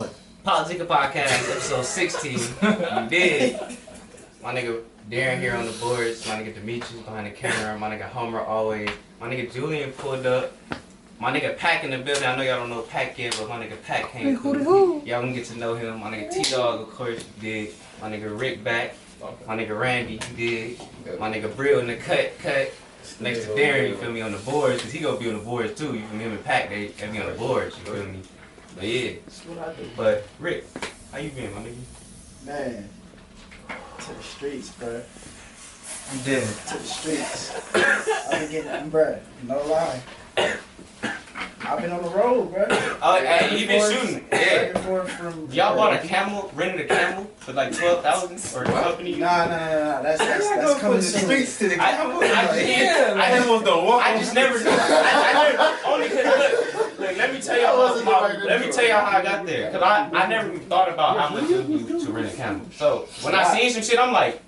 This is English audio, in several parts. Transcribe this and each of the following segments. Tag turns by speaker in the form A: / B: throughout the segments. A: Politica Podcast, episode 16. You dig? My nigga Darren here on the boards. My nigga Demetrius behind the camera. My nigga Homer always. My nigga Julian pulled up. My nigga Pack in the building. I know y'all don't know Pack yet, but my nigga Pack came through. Y'all gonna get to know him. My nigga T Dog, of course, you dig. My nigga Rick back. My nigga Randy, you dig. My nigga Brill in the cut, cut. Next to Darren, you feel me, on the boards, cause he gonna be on the boards too. You feel me? Him and Pack, they they be on the boards. You feel me? But yeah.
B: That's what I do.
A: But Rick, how you been, my nigga?
B: Man, to the streets, bruh.
C: I'm dead.
B: To the streets. I've been getting, bruh, no lie. I've been on the road, bruh.
A: Oh, hey, you been shooting? Yeah.
B: Back and forth from.
A: Y'all bought a camel, rented a camel for like twelve thousand or the company.
B: Nah, nah, nah, nah. That's, that's, that's coming soon.
C: to the
A: I, I, yeah, I, just,
C: almost don't walk.
A: I just never knew. I, I never, only cause look, look, let me tell y'all. How, let me tell y'all how I got there. Cause I, I never even thought about how much it would be to rent a camel. So when I seen some shit, I'm like,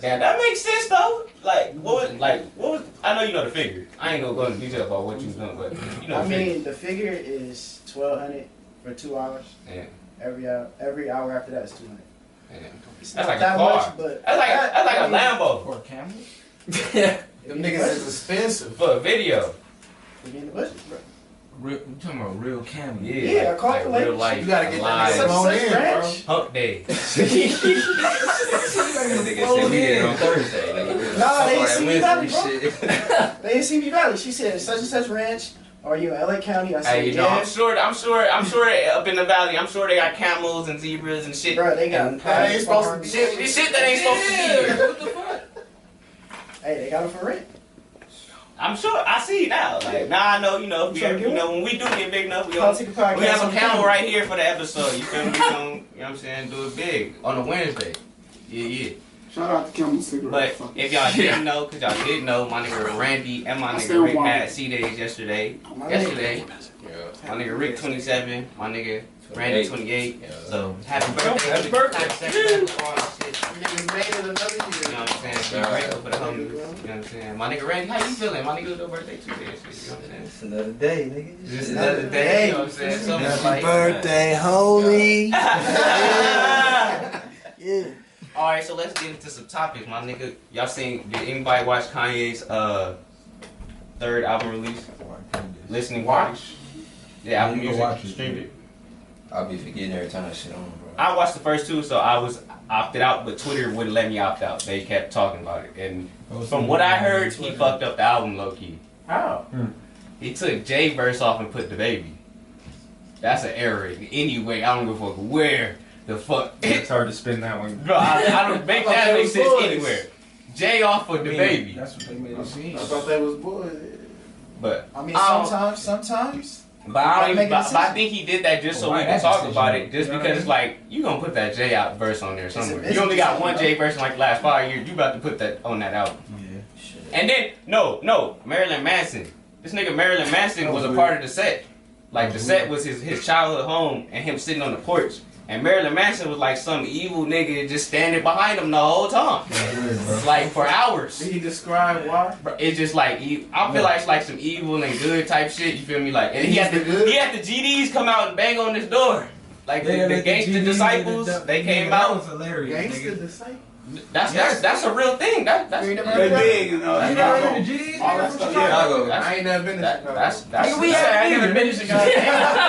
A: damn, that makes sense though. Like what? Was, like what was? I know you know the figure. I ain't gonna go into detail about what you was doing, but you know
B: I
A: the figure.
B: mean, the figure is 1200 for two hours.
A: Yeah,
B: Every hour, every hour after that is 200
A: yeah.
B: It's
A: That's
B: not
A: like a
B: that
A: car.
B: much, but.
A: That's like that's like a Lambo
C: Or a camel?
B: Them niggas is
C: expensive.
A: for a video.
B: We in the bushes, bruh.
C: Real, you talking about real camel?
A: Yeah,
B: Yeah,
A: like,
B: call
A: like
B: the
A: real
B: lady.
A: life.
C: You gotta get
A: alive.
C: that nigga flown
B: Such- such
C: in, bro.
B: ranch.
A: Hump day.
C: flown in.
A: Thursday.
B: Nah, they see me valley, bro.
D: shit.
B: They in CB Valley. She said such and such ranch. Are you in LA County? I said
A: Hey, you
B: yeah.
A: know, I'm sure, I'm sure, I'm sure up in the valley, I'm sure they got camels and zebras and shit.
B: Bro, they got
A: And-
B: private
C: ain't supposed to be-
B: farms.
A: Shit, this shit that ain't supposed to be here.
B: Hey, they got it for rent.
A: I'm sure, I see it now. Like, now I know, you know,
B: You
A: we,
B: trying to
A: you
B: get
A: know, when we do get big enough, we
B: I'll
A: gonna,
B: take a podcast.
A: we have a camel right here for the episode. You feel me? We gonna, you know what I'm saying? Do it big on a Wednesday. Yeah, yeah.
E: Shout out to Camel Cigarette.
A: But if y'all didn't know, cause y'all didn't know, my nigga Randy and my
E: I
A: nigga
E: still
A: Rick
E: want
A: had
E: it.
A: C days yesterday.
B: My
A: Yesterday,
D: Yeah.
A: my nigga Rick 27, my nigga Randy 28.
D: Yeah.
A: So happy birthday!
C: Happy birthday.
A: Happy second birthday. all that shit.
C: Niggas made it another
A: You know what I'm saying? Be grateful for the homies. You know what I'm saying? My nigga Randy, how you feeling? My nigga little birthday Tuesday. You know what I'm saying?
C: It's another day, nigga.
A: Just another day. You know what I'm saying? Something like.
D: birthday,
C: holy.
E: yeah.
A: All right, so let's get into some topics, my nigga. Y'all seen? Did anybody watch Kanye's uh third album release? Listening watch. Yeah, Apple
C: You can
A: Music
C: watch it,
A: streamed it.
D: I'll be forgetting every time that shit on, bro.
A: I watched the first two, so I was opted out, but Twitter wouldn't let me opt out. They kept talking about it, and
C: Oh,
A: from what I heard, he fucked up the album low key.
B: How?
A: He took Jay verse off and put the baby. That's an error. Anyway, I don't give a fuck where the fuck.
C: It's hard to spin that one.
A: Bro, I, I don't make
B: I
A: that
B: thought
A: make
B: they
A: sense
B: was boys.
A: anywhere. Jay off for the baby,
C: That's what they made it
E: I
C: seem.
E: thought that was boys.
A: but
B: I mean,
A: I don't-
B: sometimes, sometimes.
A: but I, don't
B: Make
A: even,
B: a
A: but, but I
B: decision.
A: think he did that just so
C: Why
A: we can
C: that
A: talk
C: decision?
A: about it. Just
C: You know what I
A: because it's like you gonna put that Jay out verse on there
B: a
A: somewhere.
B: business
A: You only got
B: decision,
A: one
B: bro.
A: Jay verse in like the last five years. You about to put that on that album.
C: Yeah.
D: Shit.
A: And then no, no, Marilyn Manson. This nigga Marilyn Manson was a part of the set. Like the set was his, his childhood home and him sitting on the porch. And Marilyn Manson was like some evil nigga just standing behind him the whole time. Like for hours.
B: he describe why?
A: Bro, It's just like e- I feel like it's like some evil and good type shit. You feel me? Like and he had the he had the GDs come out and bang on his door. Like the, the gangster disciples, they came
C: that
A: out.
C: was hilarious.
B: Gangsta
C: Nigga.
B: disciple.
A: That's that's that's a real thing. That that's
B: You ain't never
A: that-
B: heard of that?
E: and all
C: You never heard of the G's?
E: All that
C: nigga?
E: stuff.
C: What you talking
D: Chicago.
C: about? I ain't never been to
A: That,
C: Chicago.
A: that's that's.
C: Nigga, we had
A: I ain't never been to Chicago.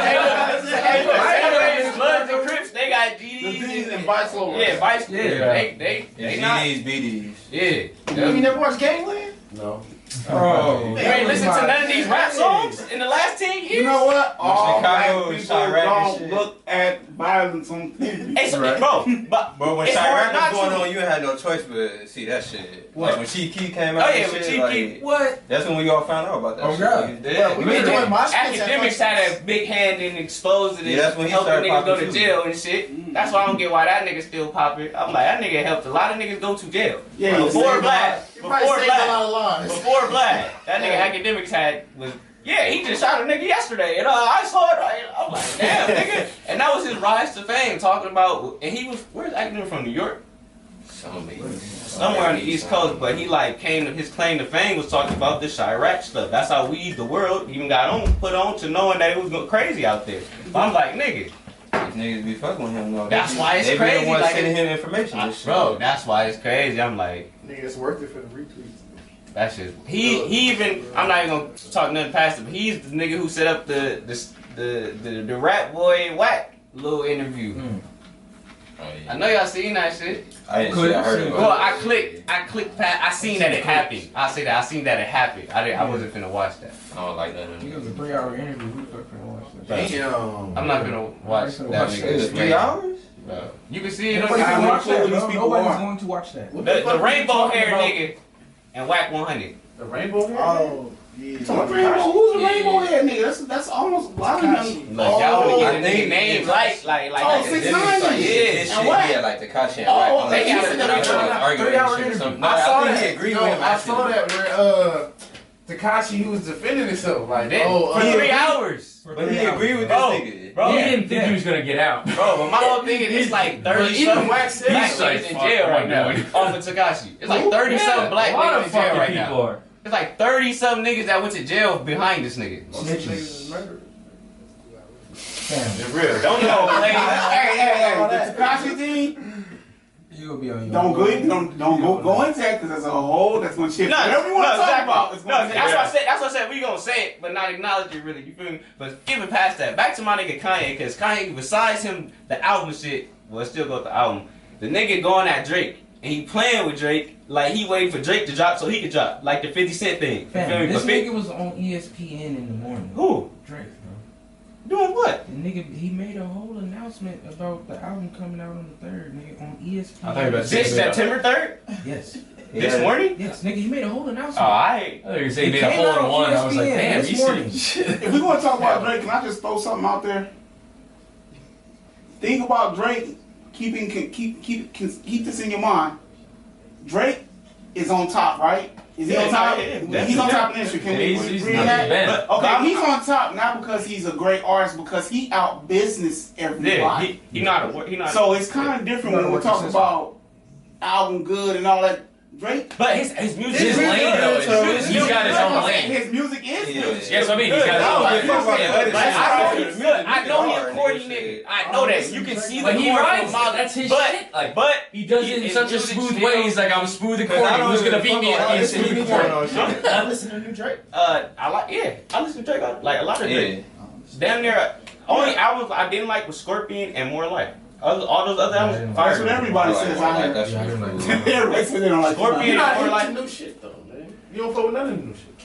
A: Hey, look, Saturdays, Bloods and Crips, they got
E: The D's
A: GDs.
E: and
A: and-
E: Vice Lords.
A: Yeah, Vice. Yeah,
C: Yeah.
A: they they they not.
D: GDs, BDs.
A: Yeah.
B: You ain't never watched Gangland?
D: No.
C: Bro.
A: You ain't listen to none of these rap songs in the last ten years.
E: You know what? All
D: Chicago,
E: black people
D: Chirac and
E: don't
D: shit.
E: look at violence on TV.
A: It's,
D: Right.
A: bro, but
D: But when
A: It's hard
D: Chirac
A: not
D: was going
A: to.
D: on, you had no choice but to see that shit.
C: What?
D: Like when Chief Keef came out,
A: oh yeah,
D: and
A: with
D: shit,
A: Chief
D: like,
A: Keef, what?
D: That's when we all found out about that
C: Oh,
D: shit.
C: God.
D: He was dead.
B: we been doing my skits at
A: Academics had
B: functions.
A: a big hand in exposing
D: Yeah,
A: it,
D: that's when he
A: helping
D: started
A: niggas go
D: popping
A: to
D: too.
A: jail and shit. That's why I don't get why that nigga still popping. I'm like, that nigga helped a lot of niggas go to jail.
E: Yeah, he
A: before
E: saved
A: black,
B: You
A: before
B: probably saved a lot
A: black,
B: of lives.
A: before black, that nigga
B: Yeah.
A: academics had was. Yeah, he just shot a nigga yesterday, and uh, I saw it. I, I'm like, damn, nigga, and that was his rise to fame. Talking about, and he was where's academic from New York?
D: Somebody-
A: somewhere on the East Coast, but he like came to his claim to fame was talking about the Chirac stuff. That's how we the world even got on put on to knowing that it was go- crazy out there. But I'm like, nigga,
F: Niggas be fucking with him though. They
A: That's
F: be-
A: why it's
F: they They
A: crazy,
F: be the ones
A: like-
F: sending him information. and shit.
A: Bro, that's why it's crazy. I'm like,
D: Nigga, it's worth it for the retweets.
A: that's just he. He even I'm not even gonna talk nothing past him. He's the nigga who set up the the the the, the rat boy whack little interview.
C: Hmm.
G: Mm.
F: Oh,
A: I
F: yeah.
A: know y'all seen that shit.
F: I didn't see. I heard
C: Oh,
F: about
A: Well,
F: it.
A: I clicked. I clicked. Past, I seen that it happened. I see that. I seen that it happened. I didn't. I wasn't finna watch that.
F: I don't like none of
G: You
F: them.
G: was a three-hour interview. Who the fuck finna watch that?
E: Damn.
A: I'm not gonna watch that.
G: Watch
A: nigga
G: it.
F: It's
A: explain.
F: three hours?
A: Bro. You can see it. on
G: Nobody's
D: How
G: gonna
D: many
G: watch that,
D: people
G: bro.
D: these people
G: Nobody's
D: are?
G: going to watch that.
A: The, the rainbow hair nigga and whack 100.
E: The rainbow hair?
B: Oh, yeah.
D: It's a rainbow. Who's a
A: Yeah.
D: rainbow head, nigga? That's that's almost blocking
A: Like y'all
E: oh,
A: wanna
F: I
A: get a nigga
F: think
A: name
F: it's-
A: like like like.
D: Oh,
A: like
D: six
A: this.
D: nine.
F: like,
A: Yeah.
F: This
D: And
F: shit,
D: what?
F: yeah, like the Kashi and
D: Oh,
F: White.
D: oh,
A: they
F: I
A: got it.
F: thought he was arguing and
G: Three-hour
F: shit or
G: interview.
F: something. No,
E: I saw
F: think
E: that.
F: He agreed
E: No,
F: with him.
E: I
F: actually.
E: saw that where uh Takashi he was defending himself like
A: Then,
E: oh
A: for
E: uh,
A: three hours.
F: But he agreed
C: Oh,
A: Bro,
F: with this nigga.
A: bro,
C: He
A: yeah.
C: didn't think he was gonna get out.
A: Bro, but my whole thing is it's like
E: but
A: 30
E: even
A: something
E: Wack
A: black
E: said
C: He's like,
A: niggas in
C: fuck
A: jail
C: what
A: right
C: I'm
A: now
C: doing.
A: off of Takashi. It's like 30 something black
C: a lot
A: niggas
C: of
A: in jail
C: fucking
A: right
C: people
A: now.
C: are.
A: It's like 30 something niggas that went to jail behind this nigga.
G: Snitches. Damn.
E: it's real.
A: Don't know.
D: Hey, hey, hey,
B: All
D: the
B: that.
D: Takashi thing,
G: You gonna be on your
D: don't go,
G: own.
D: in, don't, don't go, go into that because there's a whole that's gonna shit. Whatever you want to talk about, it's
A: No,
D: gonna
A: that's what
D: shit.
A: I said. That's what I said. We gonna say it, but not acknowledge it. Really, you feel me? But even past that, back to my nigga Kanye, because Kanye, besides him, the album shit, well, it still go with the album. The nigga going at Drake, and he playing with Drake, like he waiting for Drake to drop so he could drop, like the Fifty Cent thing. You feel me?
C: Fam, this
A: But Fif-
C: nigga was on E ESPN in the morning.
A: who
C: Drake, bro.
A: doing what?
C: The nigga, he made a whole announcement about the album coming out on the third, nigga, on E ESPN.
G: I thought you were about to say-
A: This September third,
C: Yes,
A: this morning.
C: yes, nigga, he made a whole
A: Oh,
C: announcement.
A: I.
C: I
G: thought you were
C: saying he made a hole in one. I was like, damn, you
D: If we want to talk about Drake, can I just throw something out there? Think about Drake. Keeping can- keep keep can- keep this in your mind. Drake is on top, right? Is he
A: Yeah,
D: on top?
A: yeah, yeah.
D: he's on top in the industry. Can we
C: He's- he's
D: agree on
C: not
D: that?
C: bad.
A: But,
D: Okay,
A: but
D: he's on top not because he's a great artist, because he out business
A: yeah,
D: everybody.
A: he, he not a wor- he not. a-
D: so it's kind of different when
G: Not
D: we're
G: what you
D: talking
G: said.
D: about album good and all that. Drake,
A: but his his music
C: His
A: is
C: lane, though,
A: His
C: is- he's got his
D: That's what
C: own
D: I'm saying,
C: lane.
D: His music is
F: Yeah.
D: good.
C: Yes, I mean, he's
F: I don't
C: got
F: give
C: his
F: a
C: own lane.
F: fuck about the other
A: Like,
F: shit.
A: I know
F: Niggas
A: he's good. I know
F: are,
A: he's a corny
F: shit.
A: nigga. I know that. You can see the
C: But he
A: corn
C: writes
A: from a mile.
C: it. That's his
A: but,
C: shit. Like,
A: but
C: He does
A: he-
C: it in
A: his
C: such a
A: music
C: smooth
A: still-
C: way. He's like, I'm smooth and
F: Cause I
C: corny.
F: don't
C: Who's
F: give
C: gonna
F: a
C: beat
F: fuck
C: me
F: about
C: in
F: this
C: smooth
F: nigga
C: and corny?
F: going on shit.
E: I listen to new Drake.
A: uh, I like yeah. I listen to Drake a- like a lot of Drake.
F: Yeah.
A: Damn near uh, only albums I didn't like was Scorpion and More Life. Other, all those other
G: Yeah, I didn't
A: albums,
G: like
D: That's
A: fire.
D: what
F: I
D: everybody
F: like-
D: says
F: I
D: out
F: like
D: here.
F: that shit.
G: Yeah, I
F: Cool.
G: like that.
D: Everybody says they don't like
A: Scorpion.
D: Scorpion.
E: You're not
A: Or
E: into
A: like-
E: new shit though, man. You don't fuck with none of the new shit.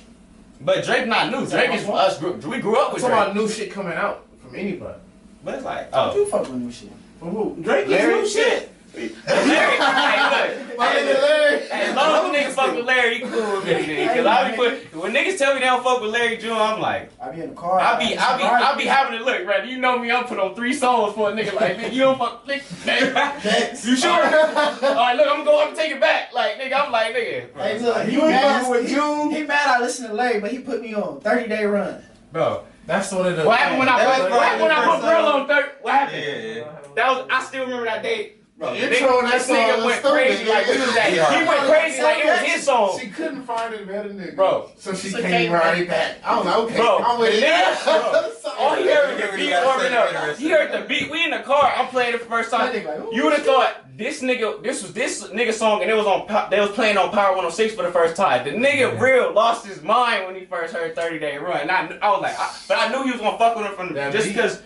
A: But Drake not new. Drake is us. grew- We grew up
E: I'm
A: with
E: talking
A: Drake.
E: about new shit coming out from anybody.
A: But it's like oh.
B: You fuck with new shit.
E: From who?
D: Drake is
E: Larry?
D: new shit.
A: Larry, hey, look.
E: My nigga Larry.
A: Hey, as long as niggas fuck with Larry, he cool with me, nigga. Cause I be put, when niggas tell me they don't fuck with Larry June, I'm like,
B: I be in the car.
A: I be, I be, I be having a look, right? You know me, I'm put on three songs for a nigga like, nigga, you don't fuck, nigga. you sure? All right, look, I'm gonna go up and take it back. Like, nigga, I'm like, nigga.
B: Hey,
A: Bro,
B: look, he
D: You ain't
B: mad,
D: fucking with
B: he-
D: June.
B: He mad I listen to Larry, but he put me on 30 day run.
A: bro.
E: That's one of the.
A: what happened when I
F: That
A: put,
F: was
A: what happened when I put
F: probably the
A: Brill on third? What happened?
F: Yeah.
A: That was, I still remember that day.
E: Bro,
A: Nigga,
E: you're throwing that
A: this
E: song.
A: nigga went
E: that's stupid,
A: crazy
E: nigga.
A: like he was at.
F: Yeah.
A: He went crazy like it was his song,
E: She couldn't find it better nigga.
A: Bro.
E: So she
B: So
E: came
B: came
E: right back. I was like, okay,
A: bro.
E: I'm
A: The
E: with it.
A: nigga, bro. All he heard was the beat warming up. He heard the beat. We in the car. I'm playing it for the first time. You would have thought this nigga, this was this nigga song, and it was on. Pow- They was playing on Power 106 for the first time. The nigga
G: Yeah.
A: real lost his mind when he first heard 30 Day Run. And I, kn- I was like, I, but I knew he was gonna fuck with him from the,
E: That
A: just
E: beat.
A: because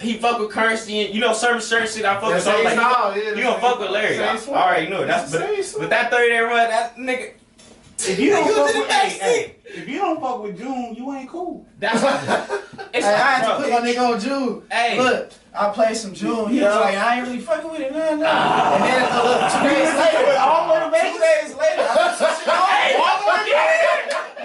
A: he fuck with currency and you know certain certain shit. I fuck with. So I was like, you gonna fuck with Larry? I, I already knew it. That's but, but that 30 Day Run, that nigga.
D: If you don't
A: You
D: fuck
A: in the
D: with
A: back
D: hey, hey, if you don't fuck with June, you ain't cool.
A: That's it's
B: Hey, I had to
A: bro,
B: put my nigga on June.
A: Hey.
B: Look, I played some June. He was
D: Yeah.
B: like, I ain't really fucking with it, nah, nah. and then uh, look, two days later, all motivation. Two days later, I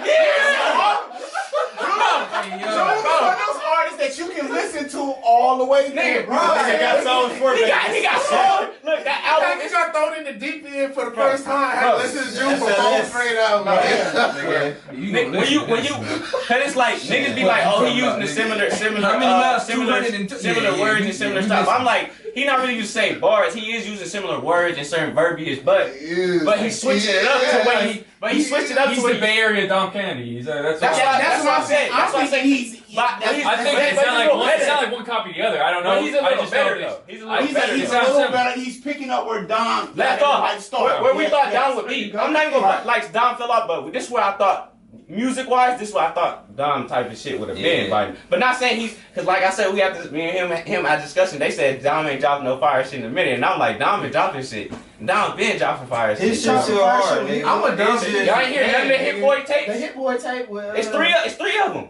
A: Hey,
B: was like,
A: yeah, yeah.
D: June's
A: bro.
D: one of those artists that you can listen to all the way
A: Nigga,
D: through.
A: bro, nigga got songs for He got, he got songs. Look, that
E: I
A: album
E: think
A: is.
E: got thrown in the deep end for the first time. I had
A: Bro.
E: listened to June for four
F: SLS.
E: straight out. Like,
F: Nigga, you
A: Nick,
F: gonna
A: when you
F: listen to
A: when
F: this,
A: you,
F: man.
A: cause it's like niggas be
F: What
A: like,
F: you
A: oh,
F: talking
A: he using
F: about,
A: the
F: nigga?
A: similar similar
C: How many
A: uh,
C: miles?
A: similar
C: 202
A: similar
C: Yeah, yeah,
A: words
C: you-
A: and similar
C: you
A: stuff.
C: missing.
A: I'm like, he not really using the same bars. He is using similar words and certain verbiage, but
E: Yeah.
A: but he's switching it up to where he but he's switching it up to
C: He's the
A: where he,
C: Bay Area Dom Kennedy. He's, uh, that's
A: That's
C: what
A: why-
C: I-
A: that's what I'm saying. That's what I'm saying.
D: He's,
A: But- but he's-
C: I think it
A: but he's a
C: sound like
A: little
C: one. It
A: better.
C: sound like one copy of the other. I don't know.
A: But he's a
C: I
A: little
C: just know
A: better
C: this.
A: though. He's a little
C: He's
D: he's,
A: better.
C: than
D: he's a
C: Don
D: little
C: Simmons.
D: better. He's picking up where Don
A: left off.
D: Start.
A: Where, where we
D: Yeah,
A: thought
D: yeah.
A: Don would be. I'm not even gonna like Don fell off, but this is where I thought music wise, this is where I thought Don type of shit would have been.
F: Yeah.
A: Like, but not saying he's because like I said, we have this me and him him our discussion. They said Don ain't dropping no fire shit in a minute, and I'm like Don been dropping shit. Don been dropping fire shit.
B: His shit's too hard, nigga.
E: I'm a dumb shit.
A: Y'all ain't hear none of the hit boy
B: The
A: tapes.
B: Hit Boy tape was.
A: It's three. It's three of them.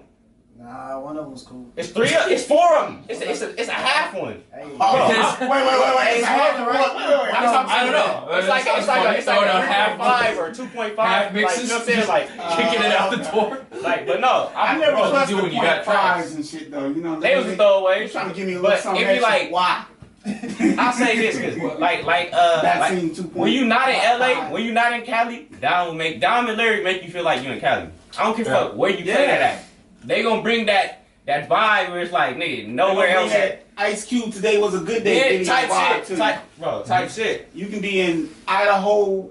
B: Nah, one of them was cool.
A: It's three. Of, it's four of them. It's a, it's a, it's a half one.
B: Hey,
D: Oh,
C: Because-
D: wait, wait, wait, wait. It's hard to write. Wait, wait, wait.
A: I don't-
C: I don't know.
A: It's like it's like a, it's like
C: Throwing out
A: a
C: half
A: 3.5 or two point
C: half
A: five. Like, you
C: mixes,
A: know what I'm saying? Like
C: just kicking it out the door.
A: like, but no,
D: I never
C: Bro,
D: trust
C: you
D: the
C: do when you got
D: point fives and shit though. You know,
A: They was a throwaway.
D: trying to give me a little
A: But
D: something.
A: it'd be
D: extra.
A: like,
D: why?
A: I say this because, like, like, uh,
D: That
A: like,
D: seemed two point.
A: when you not in LA, when you not in Cali, Don will make Don and Larry make you feel like you in Cali. I don't give a
C: Yeah.
A: fuck where you play that at. They gonna bring that that vibe where it's like, nigga, nowhere
D: They gonna
A: else.
D: be at Ice Cube today was a good
A: Yeah,
D: day.
A: type shit, type,
D: Type.
A: bro, type shit.
D: You can be in Idaho,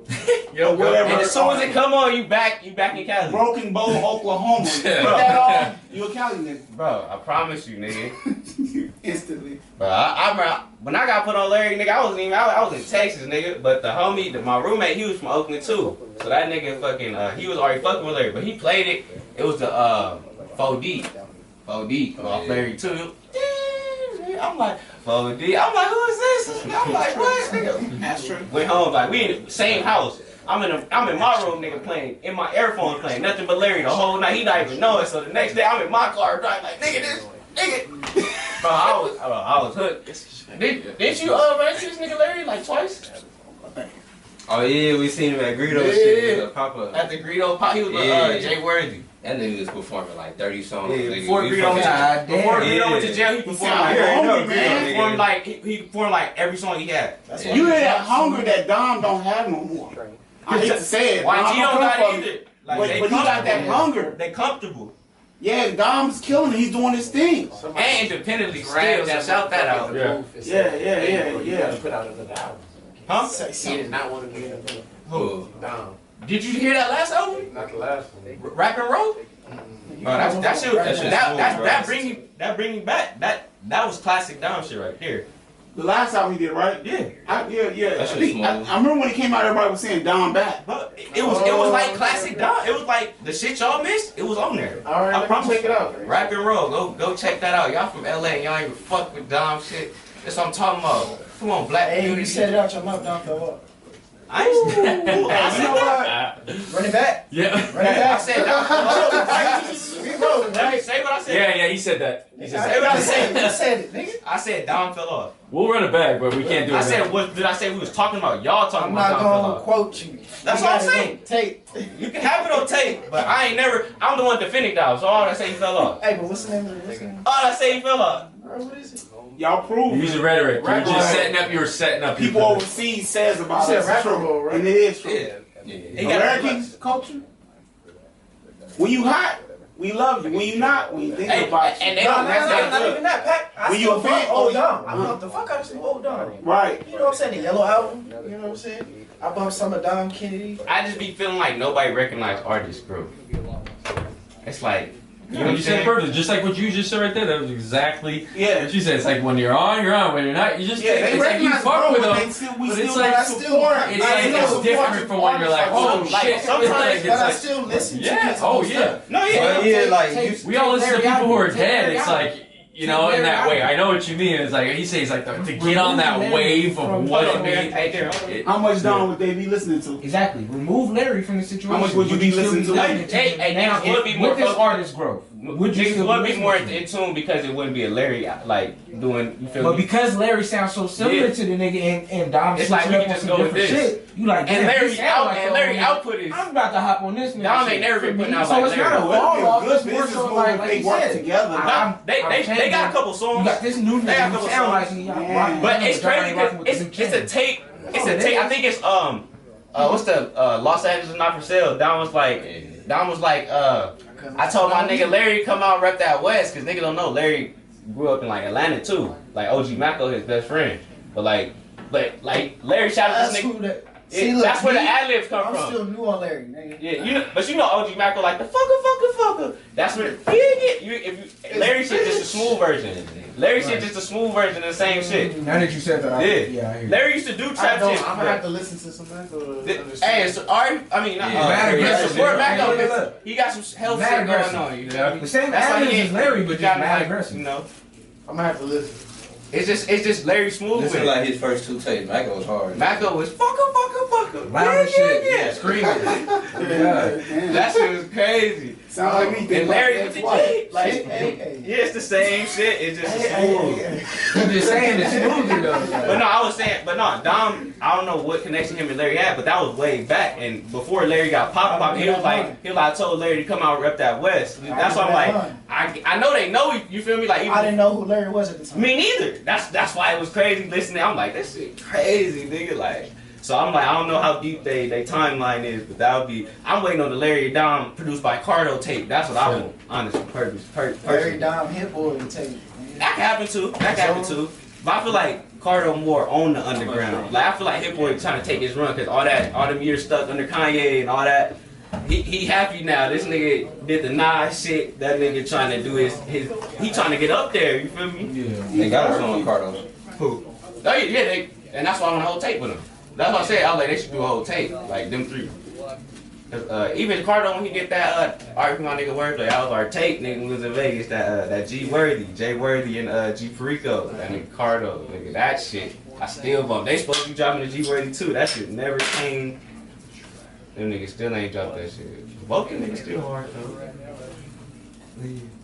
C: Yo,
D: whatever.
A: And as soon as it come on, you back, you back in Cali, bro.
D: Broken Bow, Oklahoma. You Put that on, you a Cali nigga
A: I promise you, nigga.
D: instantly.
A: Bro, I, I remember when I got put on Larry, nigga, I wasn't even I, was- I was in Texas, nigga. But the homie, the, my roommate, he was from Oakland too. So that nigga fucking, uh, he was already fucking with Larry, but he played it. It was the uh, 4D, 4D off
F: yeah.
A: Larry too. I'm like 4D. I'm like, who is this? I'm like, what, nigga?
D: That's true.
A: Went home, like we in the same house. I'm in, a, I'm in my room, nigga, playing in my earphone, playing nothing but Larry the whole night. He not even knowing. So the next day, I'm in my car, driving like, nigga, this, nigga. Bro, I was, bro, I was hooked. Did, did you uh run into this nigga Larry like twice?
F: Oh yeah, we seen him at Greedo
A: Yeah.
F: shit. Yeah. Pop up.
A: At the Greedo pop, he was with uh,
F: Yeah.
A: Jay Worthy.
F: That nigga was performing like 30 songs.
A: Yeah,
F: nigga.
A: before
F: We
A: Greedo
F: fucking-
A: was
E: God
A: Before
E: damn.
F: Yeah.
A: Greedo went to jail, he performed
D: sound
A: like,
D: like
A: he
D: hungry, man.
A: performed like he, he performed like every song he had.
B: that's
F: Yeah.
B: why-
D: You hear that hunger that Dom don't have no more. I hate to say it.
A: YG
D: Dom
A: don't
D: come
A: got
D: from-
A: it either.
D: But,
A: Like
D: but
A: they
D: he got that
A: comfortable.
D: hunger.
A: They comfortable
D: Yeah, Dom's killing. it. He's doing his thing.
A: and independently. Still,
E: Grab
A: so
E: that
A: shout that out.
C: Yeah.
D: Yeah, yeah, yeah, yeah.
E: Put out another album.
A: Huh?
E: He did not want to be in the middle.
F: Who?
E: Down.
A: Did you hear that last album?
E: Not the last one.
A: R- Rap and roll? Bro, that's, that shit, that,
F: That shit's
A: that,
F: smooth,
A: that,
F: bro.
A: bring you, that bring you back. That that was classic Dom shit right there.
D: The last album he did, right?
A: Yeah,
D: I, yeah, yeah. I,
F: That shit's
D: think, I,
F: smooth.
D: I remember when it came out, everybody was saying Dom back.
A: but it, it was it was like classic Dom. It was like the shit y'all missed. It was on there.
E: All right,
A: I
E: let me
A: promise
E: check it out.
A: Rap and roll. Go go check that out. Y'all from LA and y'all ain't even fuck with Dom shit. That's what I'm talking about. Come on, black
B: Hey,
A: beauty.
B: you said it out your mouth, don't throw up.
A: I ain't said that. I
D: You know
A: said that.
D: what?
B: Run it back.
C: Yeah.
B: Run it
A: I
B: back.
A: said that.
B: We
A: Let
B: rolling,
A: me
B: right?
A: say what I said.
C: Yeah, yeah, he said that. He said
A: Say
C: that.
A: what I
B: You
A: said.
B: You said it, nigga.
A: I said Dom fell off.
C: We'll run it back, but we can't do it.
A: I
C: now.
A: said what did I say we was talking about? Y'all talking
B: I'm
A: about
B: not
A: Dom fell
B: gonna
A: off.
B: quote you.
A: That's
B: You
A: what I'm
B: gotta
A: saying.
B: go Take.
A: You can have it on tape, but I ain't never. I'm the one defending Dobbs, so all I say he fell off.
B: Hey, but what's the name of the what's the name?
A: All I say he fell off.
B: Bro, what is it?
D: Y'all prove
C: Use
D: it.
C: your rhetoric. You're
E: Right,
C: just
E: right.
C: setting up. You're setting up.
D: people
C: your-
D: overseas says about
E: You said
D: us.
E: rap
D: It's true.
E: and roll, right?
D: And it is true.
F: Yeah.
A: He
F: Yeah.
A: got
D: American culture. When you hot, we love you. When you not, we think
A: Hey,
D: about you.
A: and they don't-
D: No, that's
A: that's
D: not
A: not
D: good.
A: even
B: that, Pat.
D: When you a fan, oh,
B: old
D: yeah.
B: dumb. I
A: Mm.
B: love the fuck out of some old dumb.
D: Right.
B: You know what I'm saying? The yellow album. You know what I'm saying? I bumped some of Dom Kennedy.
A: I just be feeling like nobody recognized artists, bro. It's like you know what
C: No, you
A: I'm
C: said it
A: saying.
C: perfectly, just like what you just said right there. That was exactly
D: Yeah.
C: what you said. It's like when you're on, you're on. When you're not, you just
D: Yeah,
C: it's
D: they
C: like you
D: recognize
C: fuck
D: bro,
C: with
D: but
C: them.
D: they still, we
C: but
D: still
C: it's like-
D: I support.
C: It's,
D: I
C: it's,
D: still support
C: different
D: you
C: from when you're like, oh
D: artists like
C: shit.
D: that.
C: It's like,
A: sometimes-
C: it's
B: But I
C: like,
B: still listen to
C: yeah,
B: his
C: oh
B: old
C: yeah.
B: stuff.
A: No, yeah.
F: But yeah, like, you
C: We all listen to people who are dead. It's like, you know, in that way. I know what you mean. It's like he says, like the, to get on that wave of what
A: Hold
C: it
A: on, man.
C: means.
A: Hey, there.
D: How much down would they be listening to?
H: Exactly. Remove Larry from the situation.
D: How much would you be
H: still
D: listening to?
A: Hey, hey,
H: now,
A: niggas would be
H: if-
A: more
H: with this
A: focused-
H: artist growth, would you
A: Niggas
H: still
A: would be more
H: listening to him?
A: in tune because it wouldn't be a Larry like doing. You feel
H: But
A: me?
H: because Larry sounds so similar
A: Yeah.
H: to the nigga and, and Dom
A: It's
H: switching
A: like we
H: up
A: can
H: on
A: just
H: some
A: go with
H: different
A: this.
H: shit, you like,
A: And
H: damn,
A: Larry
H: he sound
A: out
H: like
A: and
H: the
A: Larry
H: homie.
A: output is.
H: I'm about to hop on this nigga.
A: Dom ain't
H: shit.
A: never been
H: For
A: putting
H: me,
A: out
H: so
A: like
H: it's not
A: Larry.
H: a
D: Well, it'd be a
H: wall off.
D: good
H: It's more
D: business
H: so
D: move
H: like,
D: if
H: like
D: they
H: you
D: work
H: said,
D: together.
H: I'm-
A: They
H: I'm
A: they they
H: changing.
A: got a couple songs.
H: You got this new
A: They have
H: nigga who
A: those
H: sound like
A: songs.
H: me.
D: Yeah.
A: But it's crazy. 'cause It's, it's a tape.
B: Oh,
A: It's a tape. I think it's um, uh, what's the uh, Los Angeles is not for sale. Don was like, Don was like, uh, I told my nigga Larry come out rep that West, cause nigga don't know Larry grew up in like Atlanta too. Like OG Mac was his best friend. But like, but like Larry shouted
B: That's
A: this nigga.
B: who that.
A: Yeah,
B: See, look,
A: that's where the
B: me,
A: ad libs come
B: I'm
A: from.
B: still new on Larry, nigga.
A: yeah, you know, but you know OG Mac go like the fucker, fucker, fucker. That's what yeah, yeah. You, if you, Larry shit just a smooth version. Larry shit
I: Right.
A: just a smooth version of the same shit.
I: Now that you said that, I,
A: Yeah.
I: yeah, I hear. you.
A: Larry used to do
C: I
A: trap
C: don't,
A: shit.
C: I'm gonna have to listen to some of that
A: Th-
C: to
E: Hey,
C: understand.
E: it's Ari. I mean, not
A: Yeah,
E: Ari,
I: mad
E: yeah,
I: aggressive,
E: it's Word
I: dude.
E: Mac though,
I: Yeah,
E: because
I: look.
E: he got some health
I: Mad
E: shit going
I: aggressive.
E: on. You know,
I: The same
E: that's why
I: ad
E: he
I: is
E: ain't
I: Larry, but
E: you
I: just
E: gotta,
I: mad
E: like,
I: aggressive.
E: You know,
C: I'm gonna have to listen.
E: it's just it's just Larry smooth
F: This
E: with
F: is
E: it.
F: like his first two tapes. That goes hard.
E: Maco was fucker, fucker, fucker.
I: Loud
E: yeah,
I: as shit.
E: yeah, yeah.
I: Screaming. Yeah.
D: Damn.
E: That shit was crazy.
D: Sound like me.
E: And
D: think
E: Larry
D: like
E: with the
D: that's why.
E: like,
B: Hey, hey, hey.
A: Yeah, it's the same shit. It's just a smooth.
I: I'm just saying it's smoother though.
A: But
I: Like,
A: no, I was saying, but no, Dom. I don't know what connection him and Larry had, but that was way back and before Larry got pop pop. He was like, he was like, I told Larry to come out and rep that West. That's why I'm like, I, I know they know you. You feel me? Like
B: I
A: even,
B: didn't know who Larry was at the time.
A: me neither. That's that's why it was crazy listening. I'm like, this shit crazy, nigga. Like, so I'm like, I don't know how deep they they timeline is, but that would be. I'm waiting on the Larry Dom produced by Cardo tape. That's what I want, honestly, purpose, per, personally.
B: Larry Dom hit boy tape. nigga.
A: That can happen too. That can happen too. But I feel like Cardo more on the underground. Like I feel like Hit Boy trying to take his run because all that, all them years stuck under Kanye and all that. He, he happy now. This nigga did the Nas shit. That nigga trying to do his his. He trying to get up there. You feel me?
I: yeah.
F: They got us on Cardo.
A: Who? Oh, yeah, yeah, they, and that's why I want a whole tape with him. That's what I said. I was like, they should do a whole tape, like them three. 'Cause, Uh, even Cardo when he did that uh, our my nigga wordplay, I was our tape nigga was in Vegas that uh, that G Worthy, J Worthy and uh, G Perico, that nigga Cardo, nigga that shit. I still bump. They supposed to be dropping the G Worthy too. That shit never came. Them niggas still ain't dropped that shit. Vulcan niggas still hard though.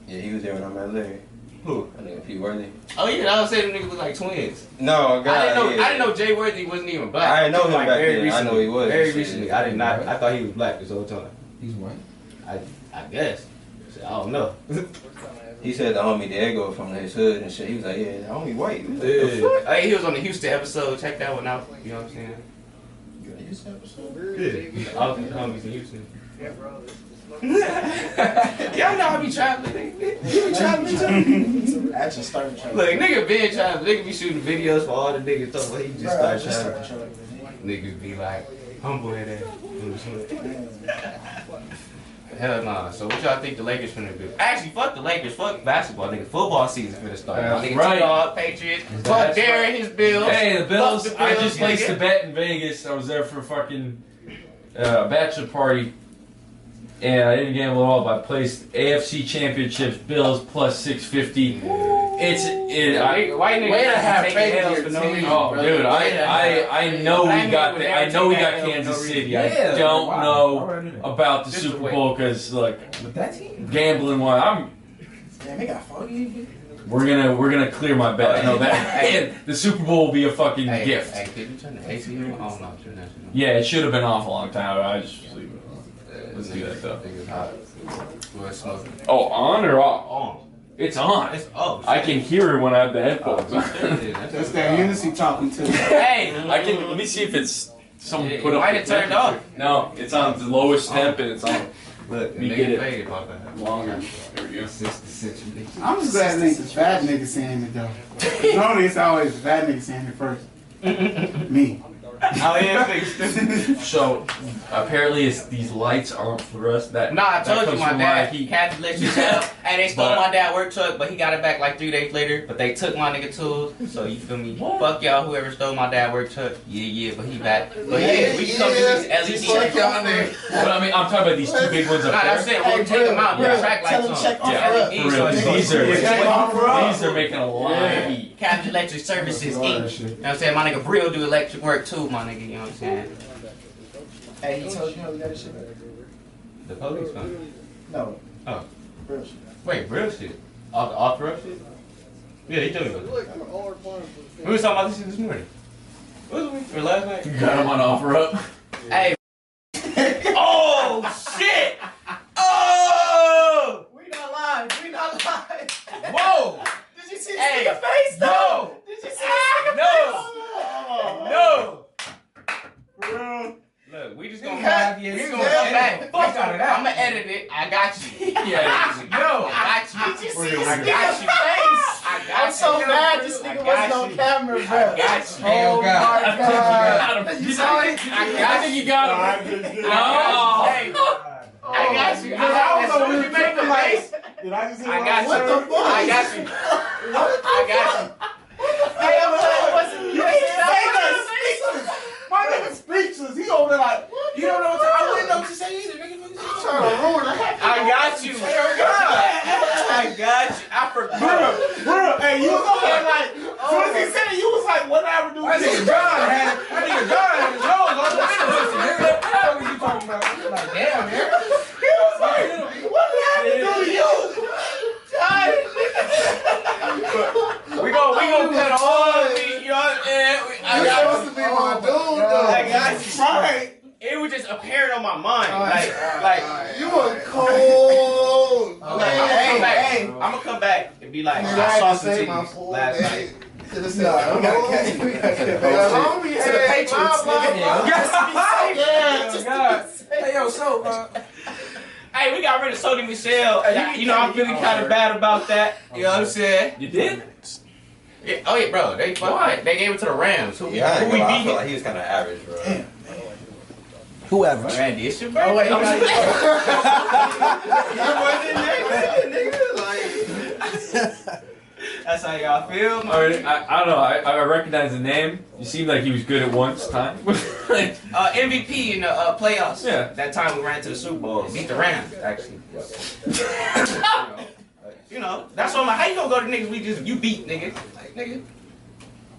F: Yeah, he was there when I met Larry.
A: Who?
F: That nigga P. Worthy.
A: Oh yeah, I was saying them niggas was like twins.
F: No, God,
A: I didn't know.
F: yeah.
A: I didn't know Jay Worthy wasn't even black.
F: I didn't know him
A: Like,
F: back
A: very
F: then. I
A: recently.
F: know he was.
A: Very
F: Shit.
A: recently, I did not. I thought he was black this whole time.
I: He's white.
A: I guess. Shit, I don't know.
F: He said the homie Diego from his hood and shit. He was like, yeah, the homie white. He was like, the fuck?
A: hey, he was on the Houston episode. Check that one out. You know what I'm saying? Yeah. All the homies in Houston. Y'all know I be traveling. nigga. You be traveling too.
B: Action started trouble.
A: Look, nigga been traveling. Nigga be shooting videos for all the niggas. Talking about he just
B: Bro, I
A: started
B: just started
A: traveling.
B: trouble.
A: Niggas be like, humble head ass.
B: man.
A: Hell nah. So what y'all think the Lakers finna do? Actually, fuck the Lakers. Fuck basketball, nigga. Football season finna start.
C: That's
A: My nigga
C: right.
A: T-Dog, Patriots. Fuck
C: That's
A: Darren, his Bills.
C: Hey, the
A: Fuck
C: Bills,
A: the
C: I just placed
A: nigga.
C: a bet in Vegas. I was there for a fucking uh, bachelor party, and I didn't gamble at all. But I placed AFC Championships Bills plus six fifty. It's it. I,
A: Nigga, White niggas
C: Way to
A: just
C: have
A: taking
C: faith in
A: L's
C: your
A: for no
C: team,
A: reason,
C: oh,
A: bro.
C: dude,
A: Way to
C: I
A: have-
C: I, I know
A: Black
C: we
A: niggas
C: got
A: would
C: the,
A: never
C: I know we
A: take
C: got
A: that L for no
C: Kansas
A: reason.
C: City.
I: Yeah,
C: I don't
I: wow.
C: know
I: Already there.
C: about the
A: Just
C: Super
A: wait.
C: Bowl because like
I: But that team.
C: gambling one, I'm
B: Damn, they got foggy.
C: we're gonna we're gonna clear my bet. I know that.
A: Hey.
C: the Super Bowl will be a fucking
A: Hey,
C: gift.
A: Hey, could you turn the AC on? Oh, no, turn that shit
C: Yeah, it should have been off a long time. I just leave it. alone.
A: on.
C: Let's do that, though.
A: Niggas hot. We're smoking.
C: Oh, on or off?
A: Oh,
C: It's on.
A: it's oh.
C: I can hear it when I have the headphones. on.
A: That's
D: That's that Hennessy talking to you.
C: hey, I can. Let me see if it's someone
A: Yeah,
C: put
A: you
C: up.
A: might
C: the
A: have turned
C: temperature. No, it's on the lowest temp and it's on
A: Look,
C: We
A: nigga
C: get it.
A: paid about that.
C: longer. There we go.
A: This the situation.
D: I'm just glad it ain't the bad nigga saying it though. Normally it's always the bad nigga saying it first. Me.
A: Oh yeah, fixed.
C: So apparently, it's these lights aren't fluorescent. That
A: Nah, I
C: that
A: told you
C: comes
A: my
C: from
A: dad
C: heat.
A: had to let you tell. And they stole
C: But-
A: my dad work truck, but he got it back like three days later. But they took my nigga tools. So you feel me? Fuck y'all, whoever stole my dad work truck. Yeah, yeah, but he back. But yeah, we can come do these LED. Nah,
C: But I mean, I'm talking about these two big ones up
A: that's
C: there.
A: it. We'll take them out. We got track
B: Tell
A: lights
B: them
A: on.
B: check off
C: Yeah,
B: her up.
A: LED,
C: For
A: E so
C: real,
A: it's gonna-
C: these are
D: Yeah.
C: these are making a lot of heat.
A: Cabin Electric Services
I: All that
A: Inc. You
I: shit.
A: know what I'm saying? My nigga Brio do electric work too, my nigga. You know what I'm saying?
B: Hey, he told you how we got his shit back.
A: The police come.
B: No.
A: Oh.
B: Real shit.
A: Wait, Brio shit? Off the off road shit? Yeah, he told me about that. We was talking about this shit this morning. What was we? Or last night?
C: You got them on offer up.
A: Hey. oh shit! Oh!
B: We not live. We not live.
C: Whoa!
B: Did you see this
A: Hey.
B: nigga face though?
C: No.
B: Did you see
C: No! No!
A: Look, we just gonna
B: Cut.
A: we just
B: You
A: gonna come
B: cut.
A: back.
C: Fuck out of that.
A: I'ma edit it. I got you.
C: Yeah.
A: I got you.
B: Did you
C: We're
B: see
C: gonna-
B: this
A: I
B: nigga
A: got you.
B: face?
A: I
B: I'm
A: got
B: so mad this nigga wasn't on camera, bro.
A: Got you.
B: Oh my god.
A: You saw it? I got you. got him. I got you. I
D: Oh, I
A: as
D: don't know
A: soon as you make the face,
D: Did I just see
A: I got
B: What
A: you.
B: the fuck?
A: I got you. I got you.
B: Hey, I'm like, what's it? You ain't say that.
D: My nigga speechless. He over there like,
B: You don't know what to, I wouldn't know what to say either, nigga. What you trying to ruin the happy
A: I got you. I got you. I forgot.
D: bruh, bruh. Hey, you was over there like, as soon as he said it, you was like, what I ever do
I: That
D: with
I: nigga
D: this?
I: John had that nigga John had his nose on the stilts, nigga. What the fuck are you talking about? I'm Like, damn, man.
D: He was like, what did I ever do to you?
A: We gon' we gon' cut all of it. You know what I'm saying? We- I got you.
B: to be my dude, though.
A: I got you.
D: Right.
A: It was just apparent on my mind. Like like.
B: You a
D: Oh,
B: cold
A: I'm gonna come
B: man.
A: back. I'm gonna come back and be like,
B: I
A: I saw
B: had
A: some
B: to say my
A: titties
B: full
A: last night.
B: name. Nah, we gotta catch- we gotta catch
F: That's
B: back.
F: it.
B: To the Patriots, nigga. Yeah,
I: Oh, God. Hey, yo, so, uh,
A: Hey, we got rid of Sony Michelle. you know, I'm feeling kind of bad about that. You know what I'm saying?
C: You did?
A: Yeah, oh yeah, bro. They fuck, They gave it to the Rams. Who,
F: Yeah, I,
A: who
F: ain't
A: we
F: gonna lie, I
A: beat?
F: feel like he was kind of average, bro.
B: Whoever.
A: Randy, it's your birthday.
B: wait,
A: I'm
B: wait.
A: saying- That's how y'all feel, man.
C: Or, I, I don't know. I, I recognize the name. You seemed like he was good at once time. Like,
A: Uh, MVP in the uh, playoffs.
C: Yeah.
A: That time we ran to the Super Bowl. Beat the Rams, actually. you know, that's why I'm like, how you gonna go to niggas we just you beat, nigga? Like, nigga,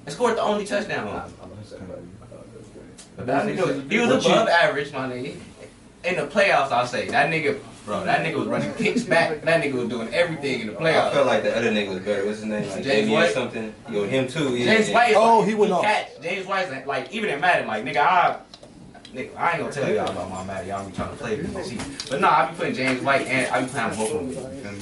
A: I scored the only touchdown. on. But that nigga, he was
C: What you-
A: above average, my nigga. In the playoffs, I'll say that nigga, bro, that nigga was running kicks back. That nigga was doing everything in the
F: I
A: playoffs.
F: felt like the other nigga was better. What's his name? Like
A: James
F: Jamie or
A: White?
F: something. Yo, him too. Yeah,
A: James
F: yeah.
A: White.
B: Oh, he went off.
A: Catch. James White's like, like even in Madden, like nigga, I, nigga, I ain't gonna tell y'all about my Madden. Y'all be trying to play this and shit. But nah, I be putting James White and I be playing both of them. You feel me?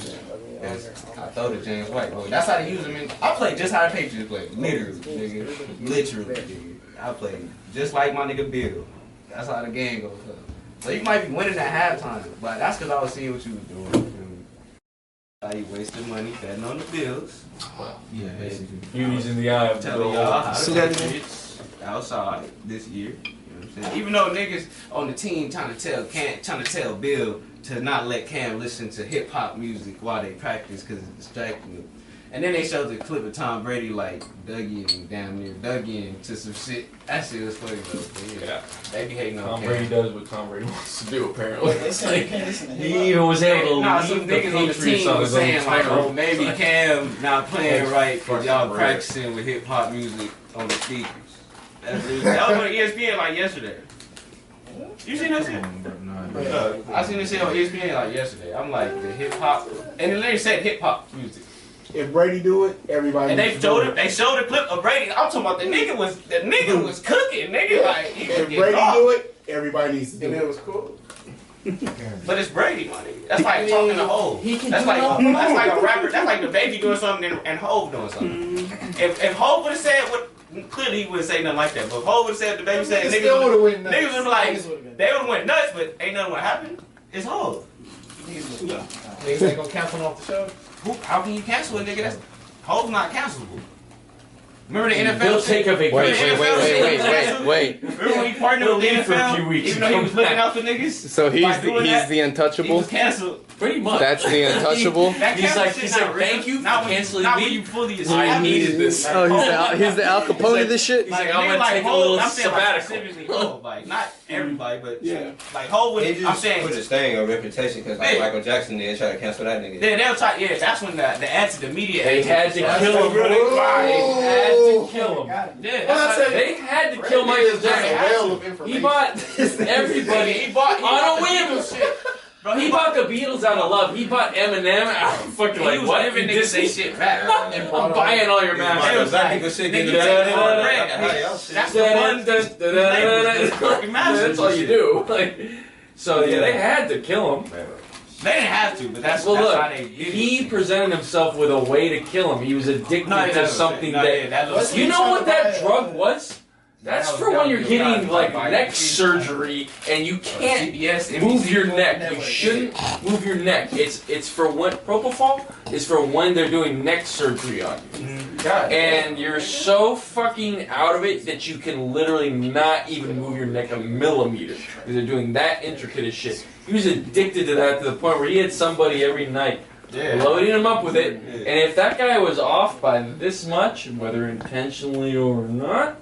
A: 'Cause I throw to James White, bro. That's how they use him. In, I play just how the Patriots play, literally, nigga, literally. Nigga. I play just like my nigga Bill. That's how the game goes. Up. So you might be winning at halftime, but that's because I was seeing what you was doing. you feel me? How you wasted money betting on the Bills.
J: Yeah, basically.
C: Beauties in the eye of the uh,
A: Telling
C: world.
A: y'all uh, how
B: See
A: to
B: that
A: that Patriots outside this year. You know what I'm saying? Even though niggas on the team trying to tell can trying to tell Bill to not let Cam listen to hip hop music while they practice because it's distracting them. And then they showed the clip of Tom Brady like Dougie and damn near Dougie and to some shit. That shit was funny though. but yeah.
C: Yeah.
A: They be hating on
C: Tom
A: Cam.
C: Brady does what Tom Brady wants to do, apparently.
B: They
C: It's
B: say you
C: like,
B: can't listen to
C: he
B: him.
C: even was able to
A: Nah,
C: lead
A: some
C: the
A: niggas on the
C: Patriots
A: team
C: on
A: was
C: his own
A: saying like, oh,
C: tightrope.
A: maybe Cam not playing right because y'all
C: Fucking
A: practicing with hip hop music on the speakers. That's what it was- That was on E ESPN like yesterday. You seen that shit? No, I seen this shit on E ESPN like yesterday. I'm like the hip hop, and it literally said hip hop music.
D: If Brady do it, everybody.
A: And they
D: needs to do
A: showed it. They showed the clip of Brady. I'm talking about the nigga was the nigga was cooking. Nigga like he was
D: If
A: getting
D: Brady
A: off.
D: do it, everybody needs to do it.
B: was cool.
A: But it's Brady, my nigga. That's like talking to Hov.
B: He can
A: That's
B: do
A: like
B: it all.
A: that's like a rapper. That's like the baby doing something and, and Hov doing something.
B: Mm-hmm.
A: If if Hov would have said what clearly he wouldn't say nothing like that. But if Hov would have said what the baby said
B: Still
A: niggas
B: would've went
A: would
B: nuts.
A: niggas would be like
B: Niggas would've been-
A: they would have went nuts, but ain't nothing would happen. It's Hov.
B: Niggas would've- Niggas ain't gonna cancel him off the show.
A: Who, how can you cancel a nigga? That's Hov's not cancelable. Remember the NFL?
C: They'll take a
A: Remember the
C: vacation.
A: NFL shit?
K: wait, wait.
A: Remember when he partnered with the
C: Leave for a
A: NFL?
C: few weeks
A: Even
C: and
A: though he
C: come
A: was looking
C: back.
A: out for niggas,
K: So he's
A: By
K: the,
A: doing that,
K: he's the
A: he was
K: untouchable.
A: canceled.
C: Pretty much.
K: That's the untouchable.
A: That
C: He's
A: cancel
C: like-
A: shit
C: he's
A: not
C: like,
A: real.
C: "Thank you for
A: Not when-
C: canceling
A: not
C: me.
A: when you fully
C: I
A: established
C: needed this.
K: Oh, he's the, he's the Al Capone of this shit.
C: He's
A: Like,
C: like,
A: I'm
C: I'm gonna take a
A: Hov,
C: little
A: I'm saying like
C: sabbatical.
A: specifically Hov, like not everybody, but like Hov
F: They
A: would.
F: just
A: I'm
F: put
A: saying
F: his thing on reputation because like
A: Hey.
F: Michael Jackson did try to cancel that nigga.
A: then they'll try. Yeah, that's when the the answer the media.
C: They had to kill him. They had
K: Oh.
C: to kill him.
B: Got him.
A: Yeah,
B: Well,
A: that's
B: I
A: how-
B: said-
C: They had to kill Michael Jackson. He bought
A: But
C: everybody.
A: he bought. He
C: On a
A: bought the
C: whim.
A: Beatles shit. Bro,
C: He bought the Beatles out of love. He bought Eminem out of fucking
A: He
C: like
A: was
C: what?
A: giving
C: You
A: niggas
C: Disney
A: they shit back.
C: I'm buying all your
A: Michael
C: masks.
F: Jackson good shit.
A: Nigga,
F: getting
A: you
F: the-
A: take all the bread. That's the one.
C: That's all you do. Like, so yeah, they had to kill him.
A: They didn't have to, but that's
C: Well,
A: that's
C: look,
A: how they did
C: He
A: it.
C: presented himself with a way to kill him. He was addicted
A: No, it
C: to
A: doesn't.
C: something
A: No, yeah,
C: that.
A: that looks.
C: You know what that drug was? That's
I: That
C: for
I: was-
C: when
I: that
C: you're
I: was
C: getting
I: not
C: like
I: by
C: neck
I: NBC.
C: surgery and you can't
A: CBS,
C: move
A: NBC.
C: your neck. You
I: Network.
C: shouldn't move your neck. It's it's for when propofol is for when they're doing neck surgery on you,
A: God.
C: and you're so fucking out of it that you can literally not even move your neck a millimeter because they're doing that intricate as shit. He was addicted to that to the point where he had somebody every night loading him up with it, and if that guy was off by this much, whether intentionally or not.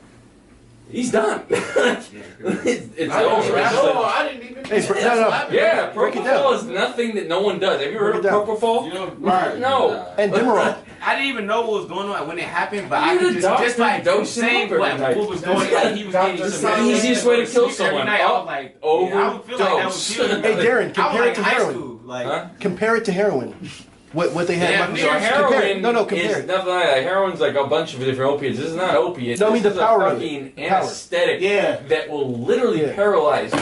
C: He's done. it's it's
A: I didn't
C: over.
A: even
C: It's just like-
A: know. I didn't even.
L: Hey, bro- no, no.
C: yeah,
L: Break it down.
C: propofol is nothing that no one does. Have you heard
L: Break
C: of
L: it down.
C: propofol?
D: Right.
C: No.
L: And Demerol.
A: I didn't even know what was going on when it happened, but I
C: You're
A: could
C: the
A: just,
C: doctor
A: just like
C: who
A: don't
C: dosed him
A: say
C: up
A: what,
C: every night.
A: what was going on. Like, he was getting
I: Doctor
A: some
I: Seuss.
C: Easiest way to kill
A: Every
C: someone. Oh,
A: Night, I was like, yeah, I would feel like that was
C: Overdose.
A: killing me.
L: Hey,
A: I
L: Darren,
A: was
L: compare it
A: like
L: to
A: high
L: heroin.
A: school. Like,
C: Huh?
L: Compare it to heroin. What what they had.
C: Yeah,
L: Michael
C: so
L: Jackson. compare it.
C: heroin
L: No, no,
C: is
L: compare it.
C: nothing like that. Heroin's like a bunch of different opiates. This is not opiate.
L: No, I mean
C: this
L: the
C: is
L: power
C: a
L: of it.
C: fucking
L: Power.
C: anesthetic
D: Yeah.
C: that will literally
L: Yeah.
C: paralyze you.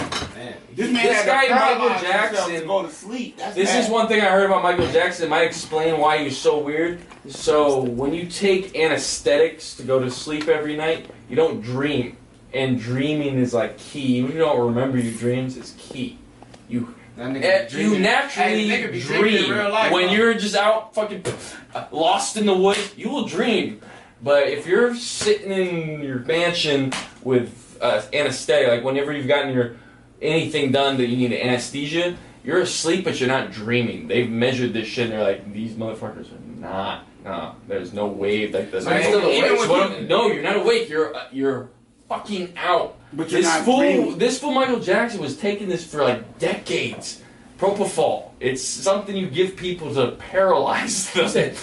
D: This man
C: This
D: had
C: guy,
D: to
C: Michael
D: paralyze himself
C: Jackson,
D: to go to sleep. That's
C: This
D: bad.
C: is one thing I heard about Michael Jackson. Might explain why he's so weird. So when you take anesthetics to go to sleep every night, you don't dream, and dreaming is like key. Even if you don't remember your dreams, is key. You
A: that
C: eh,
A: nigga be
C: you
A: dreaming.
C: naturally
A: Hey, nigga be dreaming in
C: dream
A: real life,
C: when
A: huh?
C: you're just out fucking uh, lost in the woods. You will dream, but if you're sitting in your mansion with uh, anesthetic, like whenever you've gotten your anything done that you need anesthesia, you're asleep, but you're not dreaming. They've measured this shit, and they're like, these motherfuckers are not. Nah, there's no wave like this.
A: So you're still
C: Even
A: awake,
C: when
A: so-
C: you- no, you're not awake. You're uh, you're fucking out.
D: But you're
C: This
D: not
C: fool,
D: dreaming.
C: this fool Michael Jackson was taking this for like decades. Propofol. It's something you give people to paralyze them.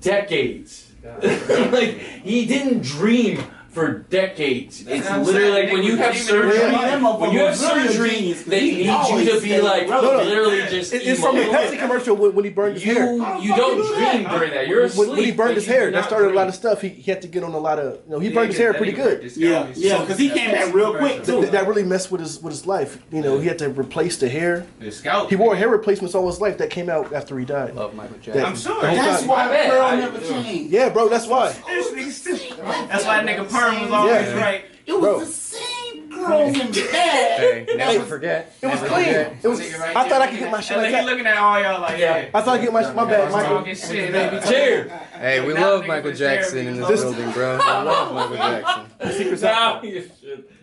C: Decades. like he didn't dream for decades.
A: That's
C: it's
A: what I'm
C: literally
A: saying.
C: like when you
A: Niggas
C: have
A: dreaming
C: surgery.
D: real life.
C: When you have
D: Motherfucker was really a
C: surgery,
D: genius, 'cause
C: they
D: he
C: need you
D: always
C: to be
D: stayed
C: like
D: relevant.
C: literally
D: Yeah.
C: just.
L: It- It's from the
C: emo.
L: Pepsi commercial when, when he burned his hair.
C: You you don't dream during that. You're asleep.
L: When, when he
C: but
L: burned his
C: you
L: hair,
C: do
L: that
C: not
L: started a lot
C: dream.
L: of stuff. He, he had to get on a lot of. No, he burned his hair pretty good.
D: Yeah, yeah, because he came back real quick too.
L: Th- that really messed with his with his life. You know, he had to replace the hair.
A: The scout.
L: He wore hair replacements all his life. That came out after he died.
K: Love Michael Jackson.
L: That-
A: I'm sure.
L: the whole
D: That's
L: time-
D: why
C: I bet.
D: the
C: I-
D: girl never changed.
L: Yeah, bro, that's why.
D: This nigga still-
A: That's why that nigga perm was always
L: Yeah.
A: right.
D: It was
L: Bro.
D: the same girls in bed.
K: Never forget.
L: It was
K: Never
L: clean.
K: forget.
L: It was.
A: Nigga right
L: I thought
A: there.
L: I could get my shit
A: And
L: like
A: he
L: that.
A: looking at all y'all like, yeah.
L: I thought I could get my my bad, Michael.
A: Talking shit. huh?
C: Cheer.
K: Hey, we
A: Now
K: love
A: niggas
K: Michael
A: in therapy
K: Jackson in
A: is
K: this
A: like-
K: building, bro. I love Michael Jackson.
C: Now you should-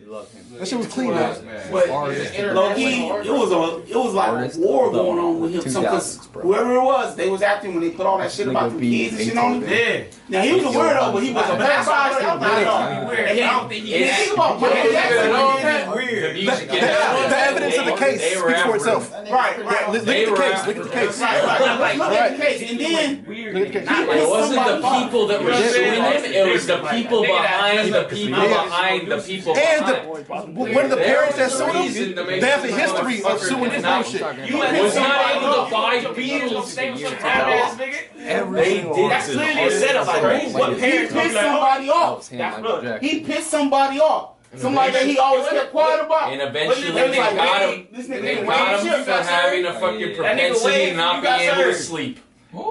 F: We love him.
L: That shit was clean. though.
D: But low key, it was a it was like a war going on with him. So 'cause
K: 2000s, bro.
D: whoever it was, they was after him when they put all that shit about them kids and shit on him.
A: Yeah.
D: Now he was a weirdo, but he was a
A: But that's why I
D: bad
A: said, I'm
D: guy.
A: like, I don't be weird. I don't think he
D: Yeah,
A: is.
D: think about Michael Jackson. man.
C: The music-
L: The, the- the evidence of the case
C: They were
L: speaks for
C: out
L: itself.
D: Right, right.
L: Look,
D: Look
L: look at
C: They
L: the
C: were
L: case.
C: out.
L: Look at the case.
D: right, right. Look at the case, and then
A: Weird.
L: Look at
A: nigga.
L: the case.
A: Not like
C: It wasn't the people that were
A: You know what I'm
C: doing
A: saying?
C: it, it was the people behind the people
L: Yeah.
C: behind the people
L: And
C: behind.
L: the when the parents that sued them, they have a history of suing for
C: Now we're
L: bullshit.
K: talking
A: You
K: about-
C: was not
A: somebody
C: able
A: up.
C: to buy
A: Your
C: Beatles
A: They was some
C: years
A: bad-ass
C: ago.
A: nigga.
K: Every
C: They
K: single
C: did
K: one.
A: That's
C: It's
A: literally a setup. Like, what
K: It's
D: he
A: parents
D: pissed
A: like, oh,
D: somebody off.
K: It's him, Michael
A: look,
K: Jackson.
D: He pissed somebody off. Somebody that he always kept quiet about.
C: And
D: But
C: eventually
D: then
C: they
D: they like,
C: got
D: wait,
C: him.
D: This
C: They
D: nigga
C: got
D: ain't
C: him for
D: shit.
C: having a fucking
A: That nigga
C: propensity
A: waved,
C: to not
A: you
C: be
A: got
C: able to
A: served.
C: sleep.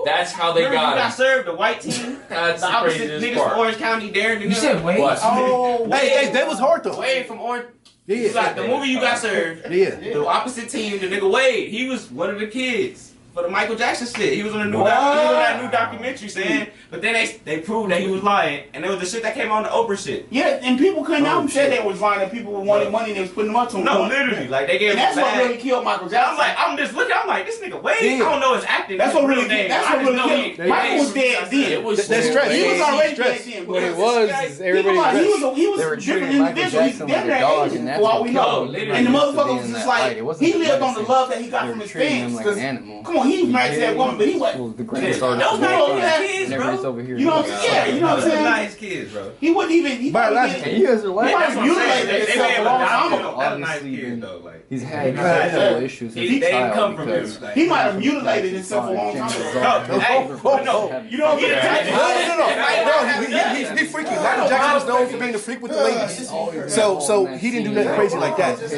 C: That's how they
A: Remember you
C: got
A: got
C: him.
A: served the white team?
C: That's
A: The
C: the
A: opposite
C: craziest
A: niggas from
C: part.
A: Orange County, Darren.
J: You said wait.
C: What?
D: Oh,
L: Hey, hey, that was hard though.
A: Wade from Orange.
L: Yeah,
A: It's like the movie you got served.
L: yeah.
A: The opposite team, the nigga Wade, he was one of the kids for the Michael Jackson shit. He was on a new, doc- he was on that new documentary saying, but then they they proved that he was lying, and it was the shit that came on the Oprah shit.
D: Yeah, and people couldn't out and said they was lying. and People were wanting money and they was putting them up to him.
A: Oh, No, literally, like they gave.
D: And
A: him
D: that's what
A: bad-
D: really killed Michael Jackson.
A: I'm like, I'm just looking. I'm like, this nigga Wade.
L: Yeah.
A: I don't know his acting.
D: That's what really.
A: name.
D: That's
A: I
D: what
A: just
D: really
A: know
D: killed.
A: he-
D: him. Michael was
A: Th-
D: dead
C: It
D: then.
C: was
L: That stress.
D: He was
L: He's
D: already dead
L: stressed.
D: then.
K: What it
D: because
K: was
D: this
K: is
D: guy-
K: everybody
D: he was, he
K: dressed.
D: was, a, he was
K: They were
D: a different
K: treating Michael
D: individual. He's
K: Jackson like a
D: dead there
K: dog,
D: ages,
K: and
D: for
K: that's
D: all
K: what
D: we
K: killed
D: know.
K: him.
D: And the
K: He used to be
D: motherfucker
K: in
D: was just
K: that
D: like,
K: light. It wasn't
D: he
K: the
D: lived on the
K: medicine.
D: love that he got
K: They
D: from
K: were
D: his
K: treating him
D: fans.
K: like an
D: 'cause-
K: animal.
D: Come on, he was married to that
K: Yeah.
D: woman, but he was.
K: Well, the greatest artist
D: Those
K: of all
D: people,
K: time.
D: yeah,
A: kids,
K: Never
A: bro.
K: is over here.
D: You know what I'm saying? Yeah, you know what I'm
A: Those are not
D: saying.
A: his kids, bro.
D: He wouldn't even. He probably
L: Biologically.
D: didn't-
K: And you guys are
D: He
K: like,
A: That's
D: probably
A: what I'm saying.
D: mutilated
A: They, they may
D: himself
A: have
D: a long time
A: adopted
D: ago.
A: him. That's a nice
K: Honestly,
A: kid,
K: dude.
A: though. Like,
K: he's had
D: He might-
K: medical issues as
A: He-
K: a
A: they didn't come
K: child
A: from
K: because
A: him. Like,
D: He might have mutilated himself a long time ago.
A: No, hey, but no,
D: You know what I'm
L: No,
D: saying?
L: no, no, no. no he, he, he, he freaky. Michael Jackson was known for being a freak with the ladies. So, so he didn't do nothing crazy like that. And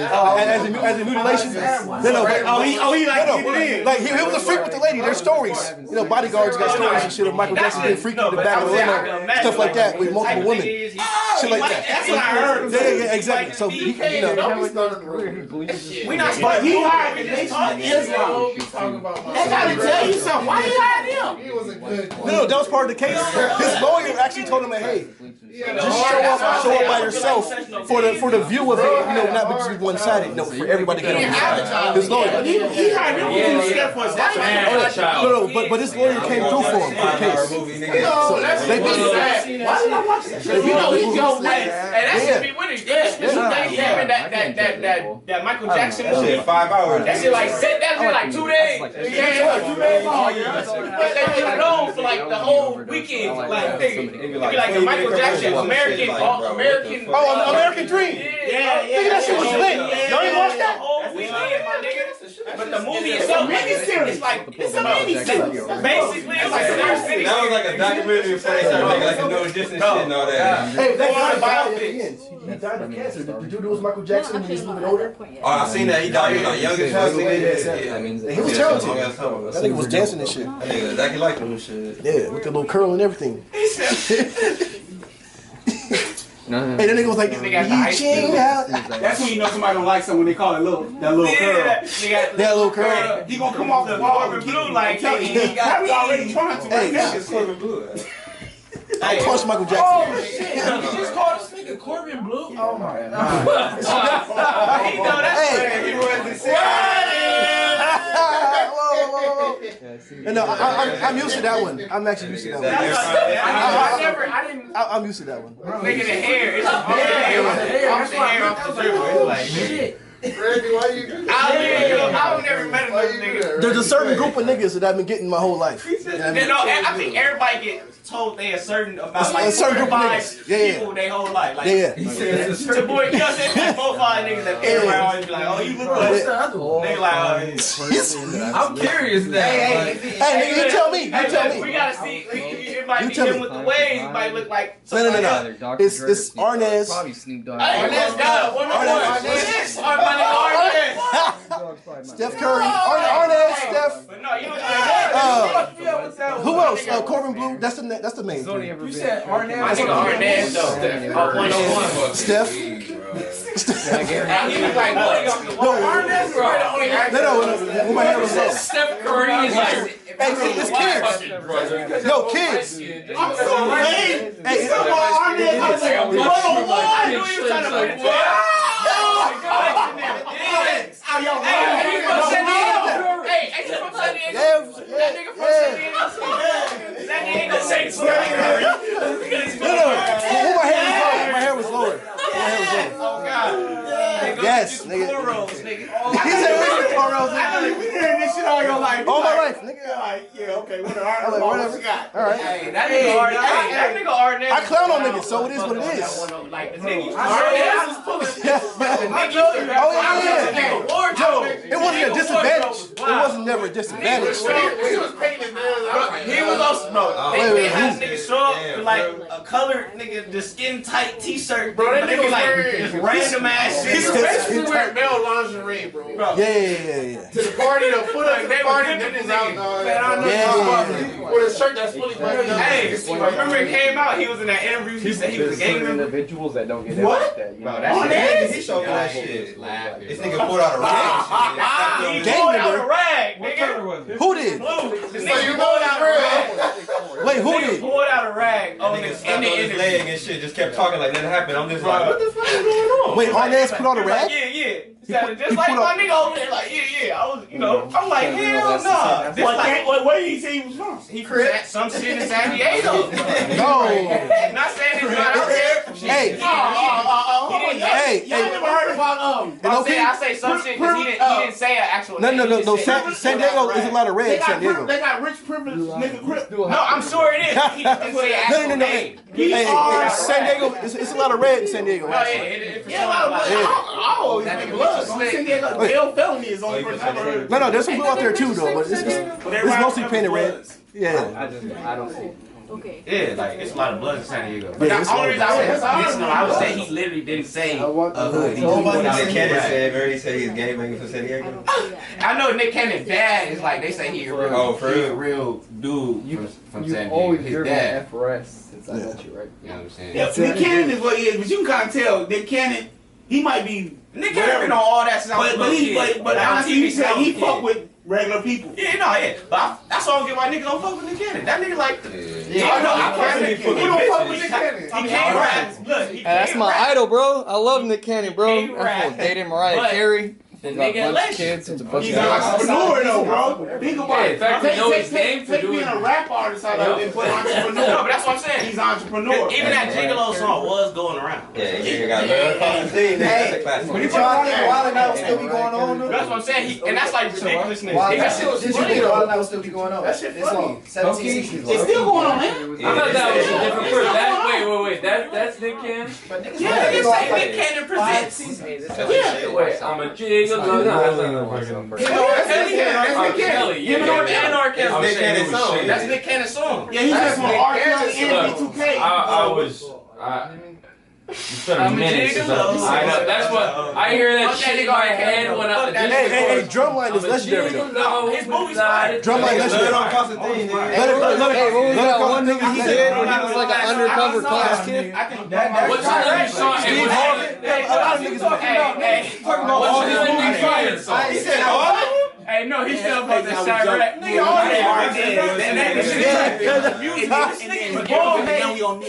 L: as a, as a mutilation, no, no. But, uh,
D: Oh, he, oh, he like,
L: no,
D: it
L: no.
D: is.
L: Like he, he was a freak with the lady. There's stories. You know, bodyguards got
A: No,
L: relationship with Michael Jackson being freaky in the back of the limo, stuff like that with multiple women, shit like that.
D: That's what I heard.
L: Yeah, yeah, yeah, exactly. So he, you know,
D: We not supposed to be hiring the nation of Islam. They gotta tell you something. Why you hire them?
L: No, no, that was part of the case. His lawyer actually told him, that, "Hey, just show up, show up by yourself for the for the view of it. You know, not just one sided. No, for everybody to get on your side." His lawyer.
D: He, he hired them to do stuff for us. That's why-
C: Man, child.
L: No, no, but but his lawyer came through for him for the
F: Five-hour
L: case.
F: movie, nigga.
D: No, that's
L: They
D: they
L: did.
D: sad. Why did I watch that? shit? You know he's your
A: And
D: last.
A: that
L: Yeah.
A: should be winning. Yeah, this
L: Yeah.
A: is like
K: Yeah.
A: even that
K: I
A: that
K: can't
A: that
K: judge people.
A: that that Michael Jackson
F: That
A: movie.
F: shit five hours.
A: That shit like sit that shit like two days. Yeah, two days long. But they was alone for like the whole weekend. Like nigga,
F: It'd be
A: It'd be like the Michael Jackson American uh, American.
L: Oh, an American Dream.
A: Yeah, yeah.
L: Nigga, that shit was lit. Y'all ain't watch that?
A: The whole weekend, my nigga. But the movie itself, it's like it's a mini series. Basically, it's like Star City.
F: That was like a documentary before they started making like a no distance shit and all that.
L: Hey, that
A: Or
L: guy
A: a
L: died at
A: biopic.
L: the end. He died of cancer. The dude that was Michael Jackson when he was a little bit older.
F: Oh, I seen that. He died when I was young as hell. nigga. Yeah.
K: That means
L: He was
F: Yeah, that's
L: talented.
F: long as hell.
L: That nigga was dancing and shit.
F: That nigga exactly like him and shit.
L: Yeah, with the little curl and everything.
K: No,
L: Hey, that nigga was like,
A: This nigga got the ice
L: reaching out.
D: That's when you know somebody don't like something when they call it little that little
A: Yeah,
D: curl.
A: they got
L: That little curl.
D: He gonna come off the wall and blue like that. He got we already trying to
L: Hey,
D: right now.
F: Corbin Blue.
A: Oh.
L: I punch Michael Jackson.
J: just called this nigga Corbin Blue. Oh my god.
A: he know that's
L: Hey.
A: he was the That's
L: Whoa, whoa, whoa, whoa. No, I, I, I'm- I'm used to that one. I'm actually used to that one.
A: what I said. I, I never, I didn't.
L: I, I'm used to that one.
A: Nigga, the hair, it's just all the hair, off the hair, off the dribble. It's like, I literally, I've never met another nigga.
L: There's a certain group of niggas that I've been getting my whole life.
A: You know, and I think everybody get told they a certain about like
L: A certain group of
A: five
L: niggas. Yeah, yeah.
A: people their whole life. Like,
L: Yeah, yeah.
F: He said it's
A: The boy, you know what I'm saying? Like, both five niggas that everybody always be like, oh, you look like. Nigga, like, oh,
C: I'm curious now. like,
L: Hey, nigga, you tell me. You
A: Hey,
L: tell
A: look, We
L: me.
A: gotta see. we- It might
L: You
A: be
L: tell
A: him
L: me.
A: with the waves. It might look like.
L: No, no, no, no. It's- it's Arnaz.
K: Probably Snoop Dogg.
A: Hey, Arnaz got it. One more.
L: Arnaz.
A: Yes, Arnaz. Arnaz.
L: Steph Curry, Arn Arnaz, Steph.
A: But no, you don't know.
L: Uh, who else? Uh, Corbin Blue. That's the na- that's the main. three.
J: You said Arnett.
A: I think Arnaz though. One on one.
L: Steph.
A: And he was like, what? You gonna be one? Arnaz, bro. The only
L: No, no, no. Who my head was low.
C: Steph Curry is like,
L: Hey, it's kids.
C: brother.
L: No, kids.
D: I'm so lame.
L: Hey,
D: Come on, Arnett. I was like,
C: I'm
D: whoa,
C: watching
D: what?
A: I knew he was trying to put it together. Hey,
D: Out your
A: hey, he from San
D: mind.
A: Diego. Hey, hey, he from San Diego.
L: yeah,
A: That
L: yeah,
A: nigga from San
L: yeah.
A: Diego. San Diego Saints. Curry.
L: No, no. Who my head was low. My hair was lower. My hair was lower.
A: Oh, God.
L: Yes,
A: Nigga,
L: nigga.
A: corals, nigga.
L: He said, "Where's the corals?"
D: I know, we hearing this shit all your life.
L: All my
D: Like,
L: life, nigga.
D: Like, yeah, okay, what
L: I'm
D: are
L: like,
D: what
L: whatever.
D: you got?
L: All right.
A: Hey, that nigga hard. Hey, that nigga hard.
L: I clown on niggas, so it is what it is.
A: Like the nigga, hard.
L: Yeah.
A: Oh
L: yeah, yeah.
A: Yo,
L: It wasn't a disadvantage. It wasn't never a disadvantage.
A: He was also bro. They,
L: Oh, Wait,
A: they
L: wait,
A: had
L: who?
A: niggas show up
F: Yeah,
A: with like a colored nigga, the skin tight T-shirt,
D: Bro,
A: bro.
D: that
A: But they
D: nigga
A: be like
D: was
A: just random ass shit.
L: He's
D: He's
A: bro.
D: basically wearing male lingerie, bro.
A: Bro,
L: Yeah, yeah, yeah, yeah.
D: To the party, to put up to the
A: They were
D: party,
A: pimping this
D: nipples
A: nigga.
D: out.
A: Man, I
D: dog.
A: know
L: Yeah.
A: you
D: With a shirt that's fully buttoned up.
A: Hey, remember it came out? He was in that interview. He said he was a gang member.
K: individuals that don't get
D: that What? like
K: that.
A: Bro,
K: that's
A: that shit.
F: He
D: Oh,
F: showed me that shit.
E: Laughing.
F: This nigga pulled out a rock.
A: Ah, he
L: Gang
A: pulled out
L: member?
A: a rag,
C: What
A: nigga.
C: color was it?
L: Who did?
A: Blue. This
D: So
A: nigga
D: you know
A: pulled
D: it's
A: out a
D: real.
A: rag.
L: Wait, who
A: Nigga
L: did?
A: pulled out a rag on
F: That nigga
A: the
F: snapped
A: in
F: on
A: the
F: his
A: interview.
F: leg and shit. Just kept talking like nothing happened. I'm just like, what the fuck is going on?
L: Wait, Arnaz put on a
A: Like,
L: rag?
A: yeah, yeah. Sounded just
L: he
A: like
L: put
A: my
L: up-
A: nigga over there. Like, yeah, yeah. I was, you know, I'm like,
K: Yeah,
A: hell
K: that's the
A: no.
K: same-
A: This like,
D: what, what did he say he was from?
A: he crit some shit in San Diego. Not
L: No.
A: saying it's not out there.
L: Hey,
D: Oh, oh, oh, oh,
A: He
D: y'all-
L: hey,
D: y'all
L: hey.
D: never heard about um.
L: And
A: I'm saying,
L: okay.
A: I say some shit because he didn't, he didn't say an actual
L: No,
A: name.
L: no, no,
A: He
L: no.
A: just said-
L: San, San Diego is a lot of
D: They
L: red.
D: got,
L: San
D: pri-
L: Diego.
D: they got rich privileged nigga crip.
A: No, I'm sure it is. He didn't say an
L: No,
A: actual
L: no, no, no. Hey,
A: name.
L: hey, hey, San Diego. It's, it's a lot of red in San Diego.
A: No, it,
L: Actually.
A: it, it, for
D: Yeah,
A: sure.
D: well,
A: Like,
D: I, I, I always make love. So I'm sitting there like, jail felony is
F: Oh,
D: on
F: you
D: for
F: can say that.
D: never.
L: No, no. There's some blue out there too, though. But it's, it's, it's mostly painted red. Yeah.
K: I just, I don't see.
M: Okay.
A: Yeah, like it's a lot of blood in San Diego.
F: Yeah,
A: But the
F: it's
A: only
F: a
A: reason
F: lot
A: I
F: of
A: would,
F: blood. That's
A: no, I would
F: all.
A: say he literally didn't say a hood. He just
F: Nobody
A: put out
F: said
A: a
F: Cannon
A: hood.
F: said, Mary said he's game making for San Diego.
A: I know Nick Cannon dad is like they say he a real,
F: Oh, for
A: he a
F: real?
A: real dude from, from
K: You've
A: San Diego.
K: always
A: His
K: driven
A: dad,
K: an FRS since I met you, right?
A: you know what I'm saying?
D: Yeah, Nick Cannon is what he is, but you can kind of tell Nick Cannon. He might be
A: Nick
D: whatever.
A: Cannon been on all that since I was
D: But
A: a
D: but
A: little
D: he
A: kid.
D: but but
A: Like, I
D: honestly,
A: see
D: you
A: him
D: said he
A: since I was a
D: fuck
A: kid.
D: with regular people.
A: Yeah, no, yeah. But I, that's why I don't get why niggas don't fuck with Nick Cannon. That nigga like. Yeah,
D: Yeah,
A: I know. I
D: yeah,
A: can't.
D: he
A: Nick Cannon.
D: fucking
A: He don't fuck
D: bitches.
A: with Nick Cannon. He
D: I mean,
A: can't
D: all
A: ride. Look, he
N: Hey, that's
A: can't
N: my
A: ride.
N: idol, bro. I love Nick Cannon, bro.
A: He
N: That's
A: right.
N: what dated Mariah
A: But
N: Carey.
A: the
N: Got a
A: nigga
N: bunch of
A: legend.
N: kids. It's a bunch
D: He's
N: of
D: an
N: guys.
D: entrepreneur though, bro. Think about
C: Yeah,
D: it.
C: in fact,
D: take,
C: you know
D: take,
C: his
D: take,
C: name for
D: take
C: doing
D: being a
C: it.
D: rap artist out
C: Yeah.
D: of it and put entrepreneur.
A: No, but that's what I'm saying.
D: He's an entrepreneur.
A: Even that Gigolo song was going around.
F: Yeah, he got love. Fucking thing, nigga. That's a classic.
B: But you trying to get wild and out still be going on though?
A: That's what I'm saying. He, and that's like ridiculous niggas.
B: Wild
A: Nigga, that
B: Out.
A: shit was
B: This
A: funny.
B: shit wild and out still be going on.
D: That shit
B: This
D: funny.
B: long. 17, 16.
D: It's still going on, man.
C: I thought that was a different person. That, wait, wait, wait. That, that's Nick Cannon?
D: Yeah,
A: Nigga
D: it's like-
A: say Nick Cannon presents.
C: Yeah. Wait, I'm a jiggle. No, that's not fucking.
D: Yeah, that's Nick Cannon. That's
C: R.
D: Nick Cannon.
C: Kelly.
A: Him and R. and R. Kelly.
C: I was
F: Nick
C: saying
F: Cannon's
C: it was
F: song.
C: shit.
A: That's Nick Cannon's song.
D: Yeah, he just from
A: Nick
D: R.
A: Cannon's
D: Kelly and
A: song.
D: B2K.
C: I, I was. I, it's been a
A: I'm a
C: minute since I
A: gigolo.
C: I know. That's what I hear that
A: Fuck that
C: shit in
A: nigga
C: my
A: R. Kelly,
C: head
A: though.
C: went
A: Fuck
C: up.
A: that
L: Hey,
A: nigga.
L: hey, hey, drumline is legendary though.
C: No,
A: His movie's fire.
L: Drum like
F: That's
L: that
F: shit
L: shit.
F: on Costa Thing, nigga.
L: Let it, let it, let
N: Hey,
L: it,
N: what was that one
L: let
N: nigga
L: it go.
N: he did when he was like an undercover class kid?
D: I think
L: that-
C: What's your name, son? Hey,
L: Steve
C: what's-
L: Harvey.
C: hey,
L: A lot of niggas talking about.
C: Hey, hey,
L: Talking about all
C: what's
L: his
C: his new
L: movies.
C: fire song?
B: He said, oh,
C: Hey, no, he said about the Chirac.
D: Nigga, all that.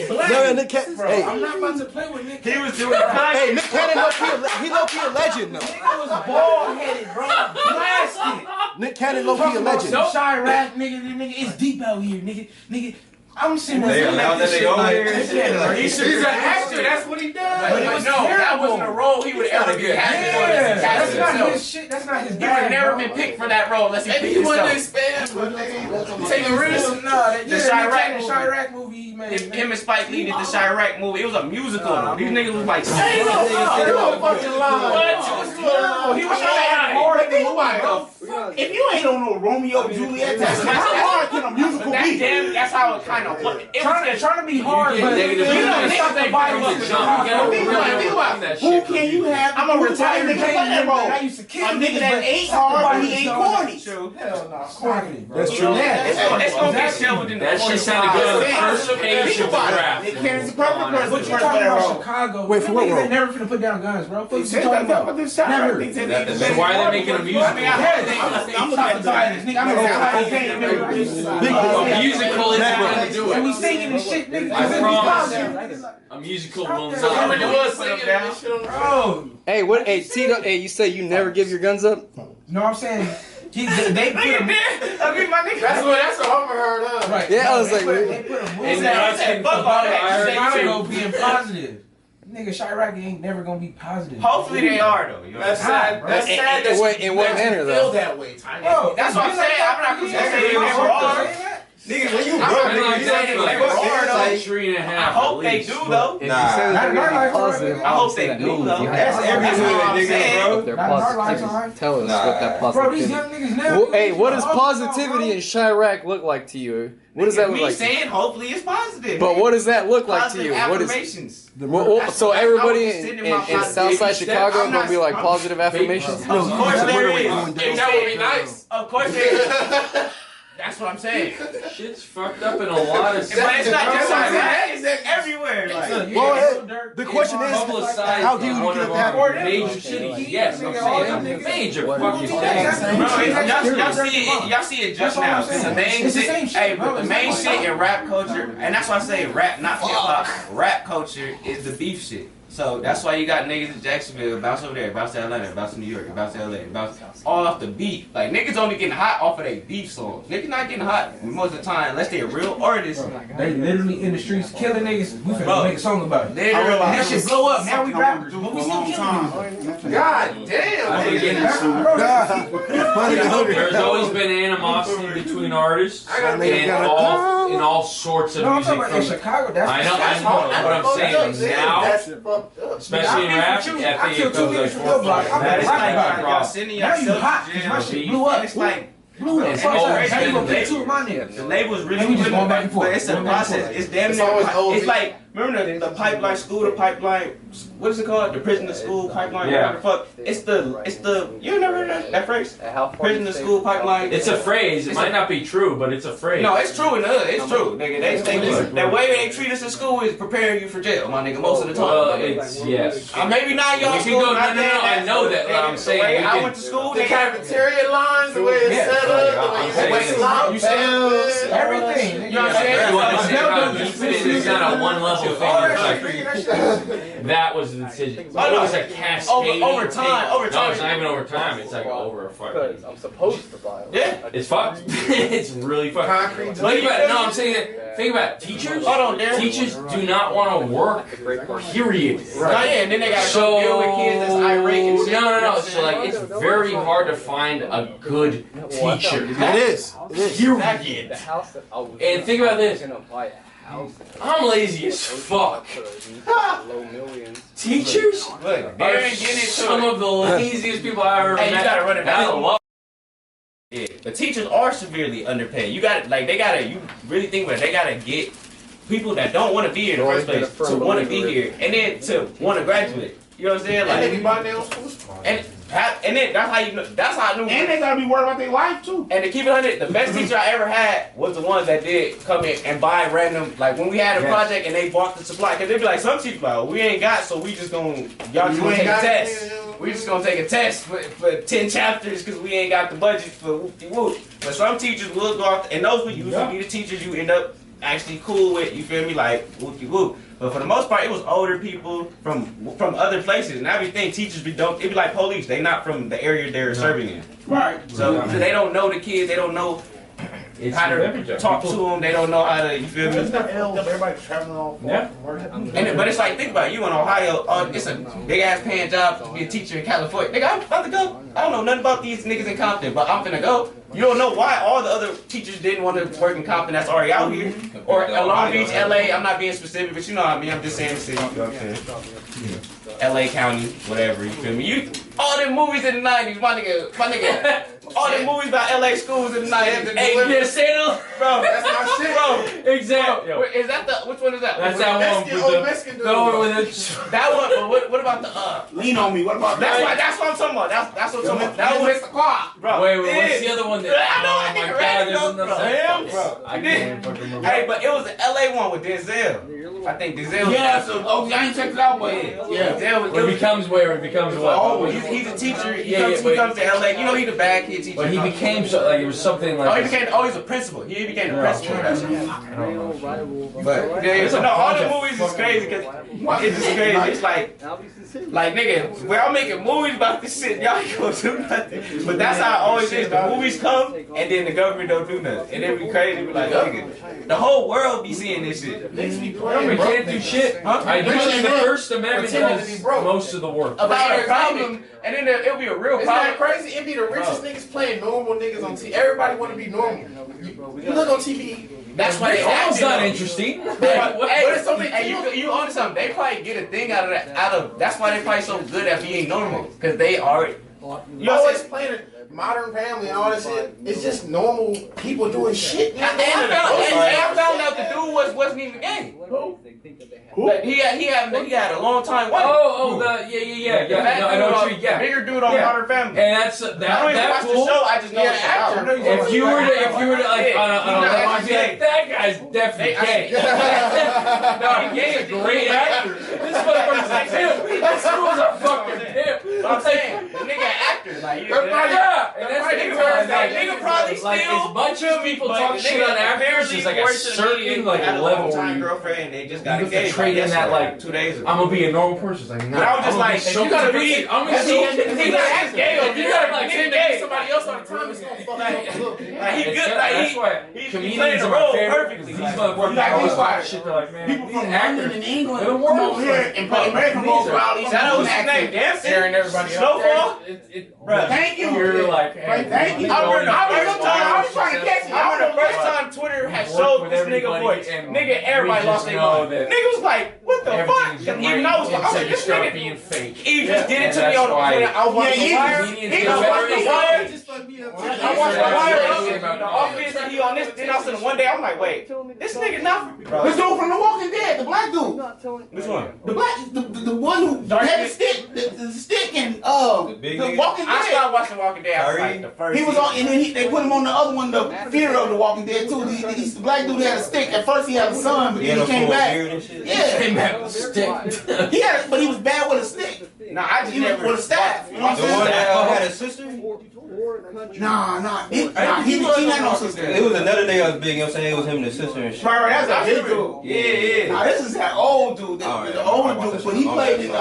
L: Larry Nick Cannon. Hey,
D: not about to play with Nick.
A: He was doing black.
L: hey, Nick Cannon low key, a le- he low key a legend though.
D: Nigga was bald headed, bro. Blasted.
L: Nick Cannon low key a legend.
D: Some Chirac, nigga, this nigga, it's deep out here, nigga, nigga. I'm sitting
F: They
D: there looking
F: allowed
D: at
F: that
D: this
F: they
D: shit
F: go
D: like,
F: here and shit, like-
D: he's
A: He's an
D: a-
A: actor. That's what he does.
D: But
A: But
D: it was
A: no, that
D: terrible.
A: wasn't a role he would ever be happy for.
D: yeah,
A: That's
D: that's
A: himself.
D: not his shit. That's not his.
A: He would have never been picked for that role unless he
E: Maybe
A: picked
E: he wanted to
A: himself.
E: expand, but
A: Taking risks.
D: Nah, that,
A: The
D: yeah,
A: Chirac
D: the
A: movie.
D: Chirac movie he made.
A: Him him and Spike Lee did the Chirac movie. It was a musical. These niggas was like, "Hey,
D: no, no, no fucking line.
A: What? You was-
D: He
A: you was
D: was trying to act
A: lying.
D: hard in the movie, bro. If you ain't on no Romeo and Juliet, type shit, how hard can a musical
A: That
D: be?
A: damn, that's how it kind of was. It was
D: Trying to trying to be hard,
C: You
D: but
C: get
D: you
C: negative
D: know,
C: feedback.
D: they got the
C: Think
D: Bible.
C: from the jump. You gotta
D: Think
C: remember
D: about it, think about
C: when that
D: it.
C: shit
D: Who can you have?
A: I'm a
D: who can
A: retired
D: play
A: nigga.
D: that role?
A: I
D: A nigga that ain't hard, but he ain't corny.
A: true.
D: Hell no, corny, bro.
L: That's true.
A: It's gonna, it's gonna get shoveled in the
C: That shit sounded good on the first page of the draft.
D: Nick Cannon's the perfect
A: What
D: person. What
A: you talking
D: you talking
A: about,
D: about, Chicago?
L: Wait, for what
D: Niggas
L: role?
D: ain't never finna put down guns, bro. What you
K: They
D: talking
K: talked
D: about?
K: about this shot, right?
D: Never.
K: They said
F: That-
K: they-
F: that's-
C: So why are they making a
A: I
C: musical?
A: mean, I heard they-
D: I'm tired of this nigga. I'm tired of this nigga.
C: A musical isn't gonna do
D: And we
C: it.
D: singing and shit, nigga.
C: I promise you.
D: Niggas
C: A musical will
D: It
C: not.
D: really
C: do it.
A: was singing that shit on the
D: Bro,
N: Hey, what? Hey, T. Hey, you say you never give your guns up?
D: no, I'm saying he, they, they put him
A: That's what, that's what Homer heard of.
D: right.
N: Yeah,
D: no,
N: I was
D: they
N: like,
D: put,
N: wait.
D: they put a
C: And
D: movie out.
C: that's
A: said,
C: been
A: fuck all that.
C: I heard
A: Chicago
D: Chicago being positive. Nigga, Chirac ain't never gonna be positive.
A: Hopefully they are though. You know?
D: That's sad. That's
N: In- in- In what, in what manner though?
D: Bro,
A: That's what I'm saying. I'm not gonna say they were hard.
F: Nigga, when you
A: I'm
F: broke,
A: not
F: nigga,
A: gonna
F: you
A: say they
F: like,
A: were hard
F: like,
A: though.
F: like,
C: Three and a half.
A: I hope
C: at
A: they
C: least.
A: do though.
F: Nah.
D: Not in our lifetime.
N: positive,
A: I hope they
N: that
A: do,
N: means
A: though.
N: you have
F: That's
N: to
F: every
A: That's what I'm
F: hood,
A: saying.
F: nigga, bro.
N: up their
D: Not in our
N: positivity.
D: lifetime.
N: Tell us what that
F: Nah.
D: Bro, these
N: positivity.
D: young niggas now.
N: Well, hey, what does positivity in Chirac look like to you? What does that
A: Me
N: look like? to you?
A: saying hopefully it's positive.
N: But what does that look like to
A: Positive
N: you? What is?
A: affirmations.
N: Well, well,
A: That's-
N: so
A: that's- I
N: everybody
A: was just
N: in,
A: sitting
N: in,
A: in
N: in
A: my house,
N: Southside
A: baby
N: Chicago
A: steps.
N: gonna be like
A: I'm-
N: positive affirmations.
A: Of course there is.
L: That would
A: If That would be nice. Of course there is. That's what I'm saying. But
C: Shit's fucked up in a lot of.
A: it's not just
D: That's-
A: like that. It's everywhere. Like.
L: Well,
D: Well,
L: The question is, how do you
C: one
L: get
C: of
L: up
C: our
L: halfway?
C: major cities? Yes, I'm saying I'm major
N: What?
C: fucking
N: What?
C: cities.
A: Bro, it's- y'all, y'all see it, y'all see it just
D: That's what I'm
A: now. It's the
D: saying.
A: main
D: It's the
A: shit.
D: same shit,
A: hey,
D: bro.
A: but the
D: It's
A: main
D: like-
A: shit in rap culture, and that's why I say rap, not hip hop. Rap culture is the beef shit. So that's why you got niggas in Jacksonville bounce over there, bounce to Atlanta, bounce to New York, bounce to LA, bounce all off the beef. Like niggas only getting hot off of their beef songs. Niggas not getting hot most of the time unless they're real artists.
D: They literally in the streets killing niggas. We finna
A: Bro.
D: make a song about it.
A: They
D: I realize
A: realize
D: that shit blow up. Now we rappers, but we still killing niggas. God
C: I
D: damn.
C: think
D: nigga.
C: it's-
D: Bro, that's-
C: There's always been animosity between artists and all in all sorts of
D: No, I'm
C: music.
D: talking about in
C: From,
D: Chicago. That's
C: I know, I know, but I'm saying now, especially in rap, after
D: I
C: it
D: killed two
C: goes like
D: niggas from your
C: four,
D: block. I'm
C: that
D: like,
C: is
D: right
C: not
D: about
C: a
D: it.
C: problem.
A: Sending
D: Now you
A: yourself
D: hot
A: to
D: because
A: jail.
D: my shit blew
A: And
D: up.
A: it's like Blue
C: It's always been the label.
A: The label's really
C: And we just
A: putting-
C: going back and forth.
A: but It's a
C: Going back and
A: process.
C: forth.
A: It's damn
C: It's
A: near.
C: always old
A: It's
C: people.
A: like remember the, the pipeline school, the pipeline. What is it called? The prison to school pipeline.
C: Yeah.
A: Whatever the fuck. It's the. It's the. You ain't never heard that, that phrase? Prison to school pipeline.
C: It's a phrase. It
A: It's
C: might
A: a-
C: not be true, but it's a phrase.
A: No, it's true in the hood. It's true, nigga. They, they,
C: Look,
A: that way they treat us in school is preparing you for jail, my nigga. Most of the time.
C: Well,
A: my nigga.
C: it's yes.
A: Uh, maybe not y'all
C: We
A: school.
C: can go.
A: my
C: No, no, no.
A: dad,
C: I
A: that's
C: know
A: school,
C: that.
A: nigga.
C: But I'm saying
A: the way
C: we
A: I
C: can-
A: went to school,
C: The
A: they got
C: cafeteria
A: lines,
C: the way it's Yeah. set up, the way I'm you saying waste it's- out you said- bills.
A: everything. You know what I'm
C: You
A: saying?
C: understand how deep it is? It's not a one level thing. It's like, that was the decision. It was a cascading
A: Over- over time,
C: thing.
A: over
C: No,
A: time.
C: it's not even over time. It's like over a fucking.
K: I'm supposed to buy one.
C: Yeah, it's fucked. it's really fucked.
K: Concrete
C: Think about it. No,
K: teachers?
C: I'm saying that. Think about it. teachers.
A: Hold on, Darren.
C: Teachers do not want to work. Period.
A: Right. Yeah, and then they gotta
C: so,
A: deal with kids that's irate and shit.
C: No, no, no.
A: You know
C: So
A: what I'm
C: like, it's
A: saying?
C: very hard to find a good teacher.
L: It is. It is.
C: Period. And think about this. I'm lazy as fuck. Teachers
A: Look,
C: are
A: Darren getting into
C: some
A: it.
C: of the laziest people I ever
A: Hey,
C: met.
A: you gotta run it
C: And I
A: back.
C: love
A: Yeah, the teachers are severely underpaid. You got to like they gotta. You really think about it. They gotta get people that don't want to be here in the first
K: been a
A: place to
K: firm
A: want to be
K: believer in-
A: here, and then to want to graduate. You know what I'm saying? Like
M: And they be buying their own school supplies.
A: and ha- and then that's how you know. That's how I knew.
M: And they gotta be worried about their life too.
A: And to keep it hundred, the
F: Mm-hmm.
A: best teacher I ever had was the ones that did come in and buy random. Like when we had a
M: Yes.
A: project and they bought the supply, because they'd be like, some teachers like, "Oh, we ain't got, so we just gonna y'all just
M: You
A: gonna
M: ain't
A: take a
M: got it,
A: test. We just gonna take a test for, for ten chapters because we ain't got the budget for whoopty whoop. But some teachers will go off, and those would usually
C: Yeah.
A: be the teachers you end up actually cool with. You feel me? Like whoopty whoop. But for the most part, it was older people from from other places, and I be think teachers be don't. It be like police; they not from the area they're serving in.
M: Right.
A: So, so they don't know the kids. They don't know
C: It's
A: how to
C: everything.
A: talk to them. They don't know how to. You feel
M: It's
A: me?
M: not ill. Everybody traveling all far
C: Yeah.
M: from work.
A: And it- but it's like think about it, you in Ohio. Uh, it's a big ass paying job to be a teacher in California. Nigga, I'm about to go. I don't know nothing about these niggas in Compton, but I'm finna go. You don't know why all the other teachers didn't want to work in Compton. That's already out here. Or uh, Long Beach, LA. I'm not being specific, but you know what I mean. I'm just saying the city. You know what I'm saying? LA County, whatever. You feel me? You all the movies in the '90s, my nigga, my nigga. All the movies about LA schools in the '90s. Hey,
C: Yeah,
A: yes,
C: say it.
A: bro.
M: That's my shit.
A: Bro,
C: Exactly.
A: Wait, is that the which one is that?
C: That's
A: Which
C: that one.
M: Mexican-
C: With
M: old
C: the,
M: Mexican dude.
C: that one with the,
A: That one, but what, what about the uh?
M: Lean on me. What about
A: That's
M: that?
A: why. That's what I'm talking about. That's that's what I'm talking about. That was
M: Mr. Clark.
A: bro.
C: Wait, wait, what's
A: Yeah.
C: the other one that?
A: I know, I
C: oh my
A: think
C: god,
A: Randy
C: there's
A: knows,
C: another.
A: bro.
C: Damn,
A: Bro,
C: I
A: this-
C: can't fucking remember.
A: Hey, but it was the LA one with Denzel. I think Denzel.
M: Yeah, so okay, I ain't checked it out, but yeah.
A: Denzel was.
C: Where it becomes where it becomes what?
A: Oh, he's, he's a teacher. He,
C: Yeah,
A: comes,
C: yeah,
A: he
C: but-
A: comes to LA. You know, he's a bad kid teacher.
C: But he became so like it was something like.
A: Oh, he became. Oh, he's a principal. He became the
C: Yeah.
A: principal. That's
K: Real rival.
A: But yeah, so no, all the movies is crazy because it's just crazy. It's like
K: Now we can see.
A: Like nigga, when I'm making movies about this shit, y'all ain't gonna do nothing. But that's how it always is. The movies come and then the government don't do nothing. And it be crazy, be like, nigga, the whole world be seeing this shit.
M: Makes me
C: We
M: pray.
C: can't do shit.
A: Huh?
C: I do
M: Pretending
C: think the
M: to-
C: First Amendment
M: pretending to
C: does
M: be broke.
C: most of the work.
A: About a problem, and then it'll be a real
M: Isn't that
A: problem.
M: crazy? It'd be the richest niggas playing normal niggas on TV. Everybody want to be normal. You, you look on TV.
A: That's why they
C: That's
A: acting
C: not
A: on it.
C: interesting.
A: But,
C: What-
A: hey,
M: But it's so many
A: hey, you, you onto something. They probably get a thing out of that. Out of that's why they probably so good at being normal because they are.
M: You always playing a modern family and all this shit. It's just normal people doing shit.
A: And I found, and I found out the dude was wasn't even gay. Like, he had he had he had a long time. wife.
C: Oh, oh, the yeah, yeah, yeah,
A: The fat
C: yeah. No, I know
A: dude
C: what
A: on-
C: you yeah.
A: Bigger dude on
C: Yeah.
A: Modern
C: And
A: Family.
C: that's
A: I
C: that
A: don't even
C: that
A: watch the
C: cool.
A: show. I just know
M: Yeah,
A: it's about him.
M: actor.
A: I don't even
C: If
A: watch
C: you
A: it.
C: were to, if you were to, like, on a, on a
A: Yeah.
C: line, be like, that guy's definitely
A: They
C: gay.
A: actually-
C: no, he is a great actor. This motherfucker's a pimp. This fool's a fucking pimp.
A: But I'm saying, the nigga actor, like, you know,
C: Yeah, and that's
A: Right,
C: the
A: nigga
C: thing,
A: probably-
C: like,
A: nigga probably
C: like,
A: still-
C: as much as people
A: but
C: talk
A: the
C: shit
A: nigga
C: on actors,
A: apparently
C: there's like a
A: works at
C: certain
A: meeting,
C: like
A: had a
C: level where
A: long-time
C: you,
A: girlfriend, and they just got
C: you have to
A: engaged,
C: trade
A: like,
C: in that
A: yesterday,
C: like
A: two days
C: I'm
A: ago.
C: gonna be a normal person. It's like, nah,
A: But I was just
C: I'm
A: like, if
C: gonna
A: you
C: be so
A: gotta be,
C: protective. I'm gonna
A: if
C: so
A: you if you gotta act gay, or if you gotta
C: Like,
A: pretend to
C: gay.
A: be somebody else on the time, it's gonna fuck up. Like, he
C: That's-
A: good, like,
C: that's
A: he,
C: why
A: he- he playing
C: comedians
A: the
C: are my
A: role
C: favorite.
A: perfectly.
C: These
A: Like,
C: motherfuckers
M: like,
C: always
M: these
C: watch
M: guys-
C: shit. They're like, man,
M: People
C: these
M: from
C: actors-
M: London and England
C: They're
M: come over
C: worse.
M: here and play American roles for all these
A: Shout out what's his
M: actors.
A: name, Dempsey?
M: Tearing everybody up.
A: Snowfall?
C: It- it-
A: Bruh.
M: Thank you.
C: You're like, hey,
M: Right, thank you.
C: we're
M: I
A: remember the
C: going to
A: first
C: work
A: time- I
M: was trying to catch you.
A: I remember the
M: Right.
A: first time Twitter had
C: Work
A: showed
C: with
A: this nigga
C: everybody
A: voice.
C: and
A: Nigga,
C: we
A: everybody
C: just
A: lost their
C: know
A: mind.
C: that
A: Nigga was like, what the fuck?
C: everything's
A: And
C: right
A: even I was like, I was
C: until
A: like,
C: you
A: this
C: start
A: nigga,
C: being fake.
A: he just did it
C: And
A: to me
C: that's
A: on the I
C: why
A: was
M: Yeah,
A: watching
M: he
A: the wire.
C: comedians
A: He was
C: get better
A: watching the
C: at
A: wire.
C: it.
D: must be a.
A: I watched the wire. The offense that he on this, then I said one day, I'm like, wait, this nigga not.
D: This dude from The Walking Dead, the black dude.
A: Which one?
D: The black, the, the, the one who had the stick, the, the stick and uh, the,
A: nigga?
D: Walking Dead.
A: I stopped watching Walking Dead. I was like, the first
D: He was on, and then he, they put him on the other one, the Fear of the Walking Dead too. He, he's the black dude had a stick. At first he had a son, but
F: He had
D: then
F: a
D: he came
F: full
D: back.
F: beard and shit.
D: Yeah,
F: He came back
D: with a stick. he had, but he was bad with a stick.
A: Nah, I
D: just never with a staff. You know what I'm
F: The one
D: saying?
F: that uh, had a sister?
D: Nah, nah, he, nah, he, he not no sister.
F: It was another day I was big, you know what I'm saying? It was him and his sister and shit.
D: Right, right, that's a big dude.
F: Yeah, yeah.
D: Now, this is that old dude, the,
C: Oh,
F: All right,
D: the
F: all right,
D: older dude,
F: that's
D: but he
F: all
D: played
F: right,
D: in,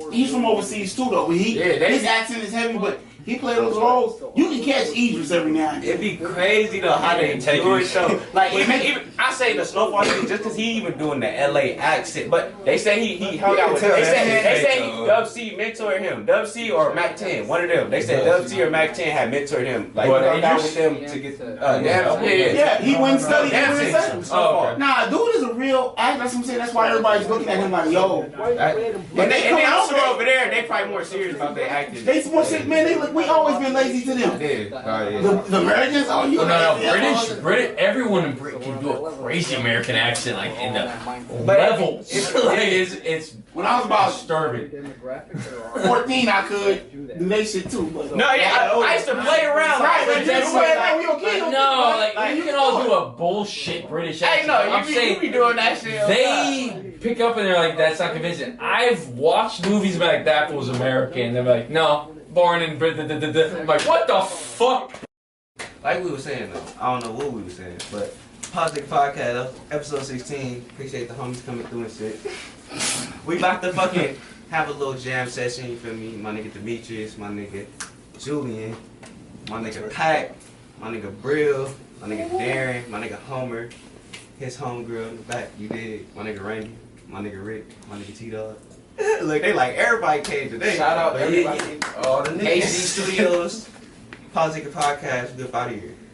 F: all
D: uh, he's from overseas too, though. He,
A: Yeah, they-
D: his accent is heavy, but he played those roles. You can catch Idris every now and then.
A: It'd be crazy though how they
F: Take
A: do
F: it.
A: it so like even, even I say the snowfall thing just cause he even doing the LA accent. But they say he, he hung out with
F: You can
A: they
F: tell
A: say
F: that
A: they
F: he
A: say
F: fake, though.
A: Dub C mentored him. Dub C or Mac Ten, one of them. They said
F: Dub
A: Dub C or Mac Ten had mentored him. Like
C: What,
A: hung out with
C: Idris?
A: them to get uh yeah, yeah, yeah.
D: Yeah, he went and studied.
A: That's
D: he went and
A: it.
D: studied.
A: Oh, okay.
D: Nah, dude is a real actor. That's what I'm saying. That's why everybody's looking at him like, yo.
A: And they, and they
D: out
A: also over there, they probably more serious about their acting.
D: They more shit, man. They look, we always been lazy to them. The, the Americans, oh, you
C: No, no,
D: lazy.
C: British, British. Everyone in Britain can do a crazy American accent, like in the levels. Like it's it's
D: When I was about
C: disturbing.
D: 14, I could do that shit too. But
A: No, yeah, I, I used to play around.
D: Right,
A: Like,
D: like, you
A: just
D: were
A: like,
D: like, we were kids.
C: No, like, you can all do a bullshit British
A: hey,
C: accent.
A: no, you,
C: I'm
A: be, you
C: saying
A: be doing that shit.
C: they pick up and they're like, "That's not convincing." I've watched movies about like that was American. They're like, "No, born in Britain." da, da, da, da." I'm like, "What the fuck?"
A: Like we were saying though, I don't know what we were saying, but Positive Podcast episode 16. Appreciate the homies coming through and shit. we about to fucking have a little jam session. You feel me? My nigga Demetrius, my nigga Julian, my nigga Pack, my nigga Brill, my nigga Darren, my nigga Homer, his homegirl in the back. You did. My nigga Randy, my nigga Rick, my nigga T Dog. Look, they like everybody came today.
O: Shout out
A: But yeah,
O: everybody.
A: yeah.
F: All the
A: AC
F: niggas.
A: Studios, Positive Podcast. Good out of here.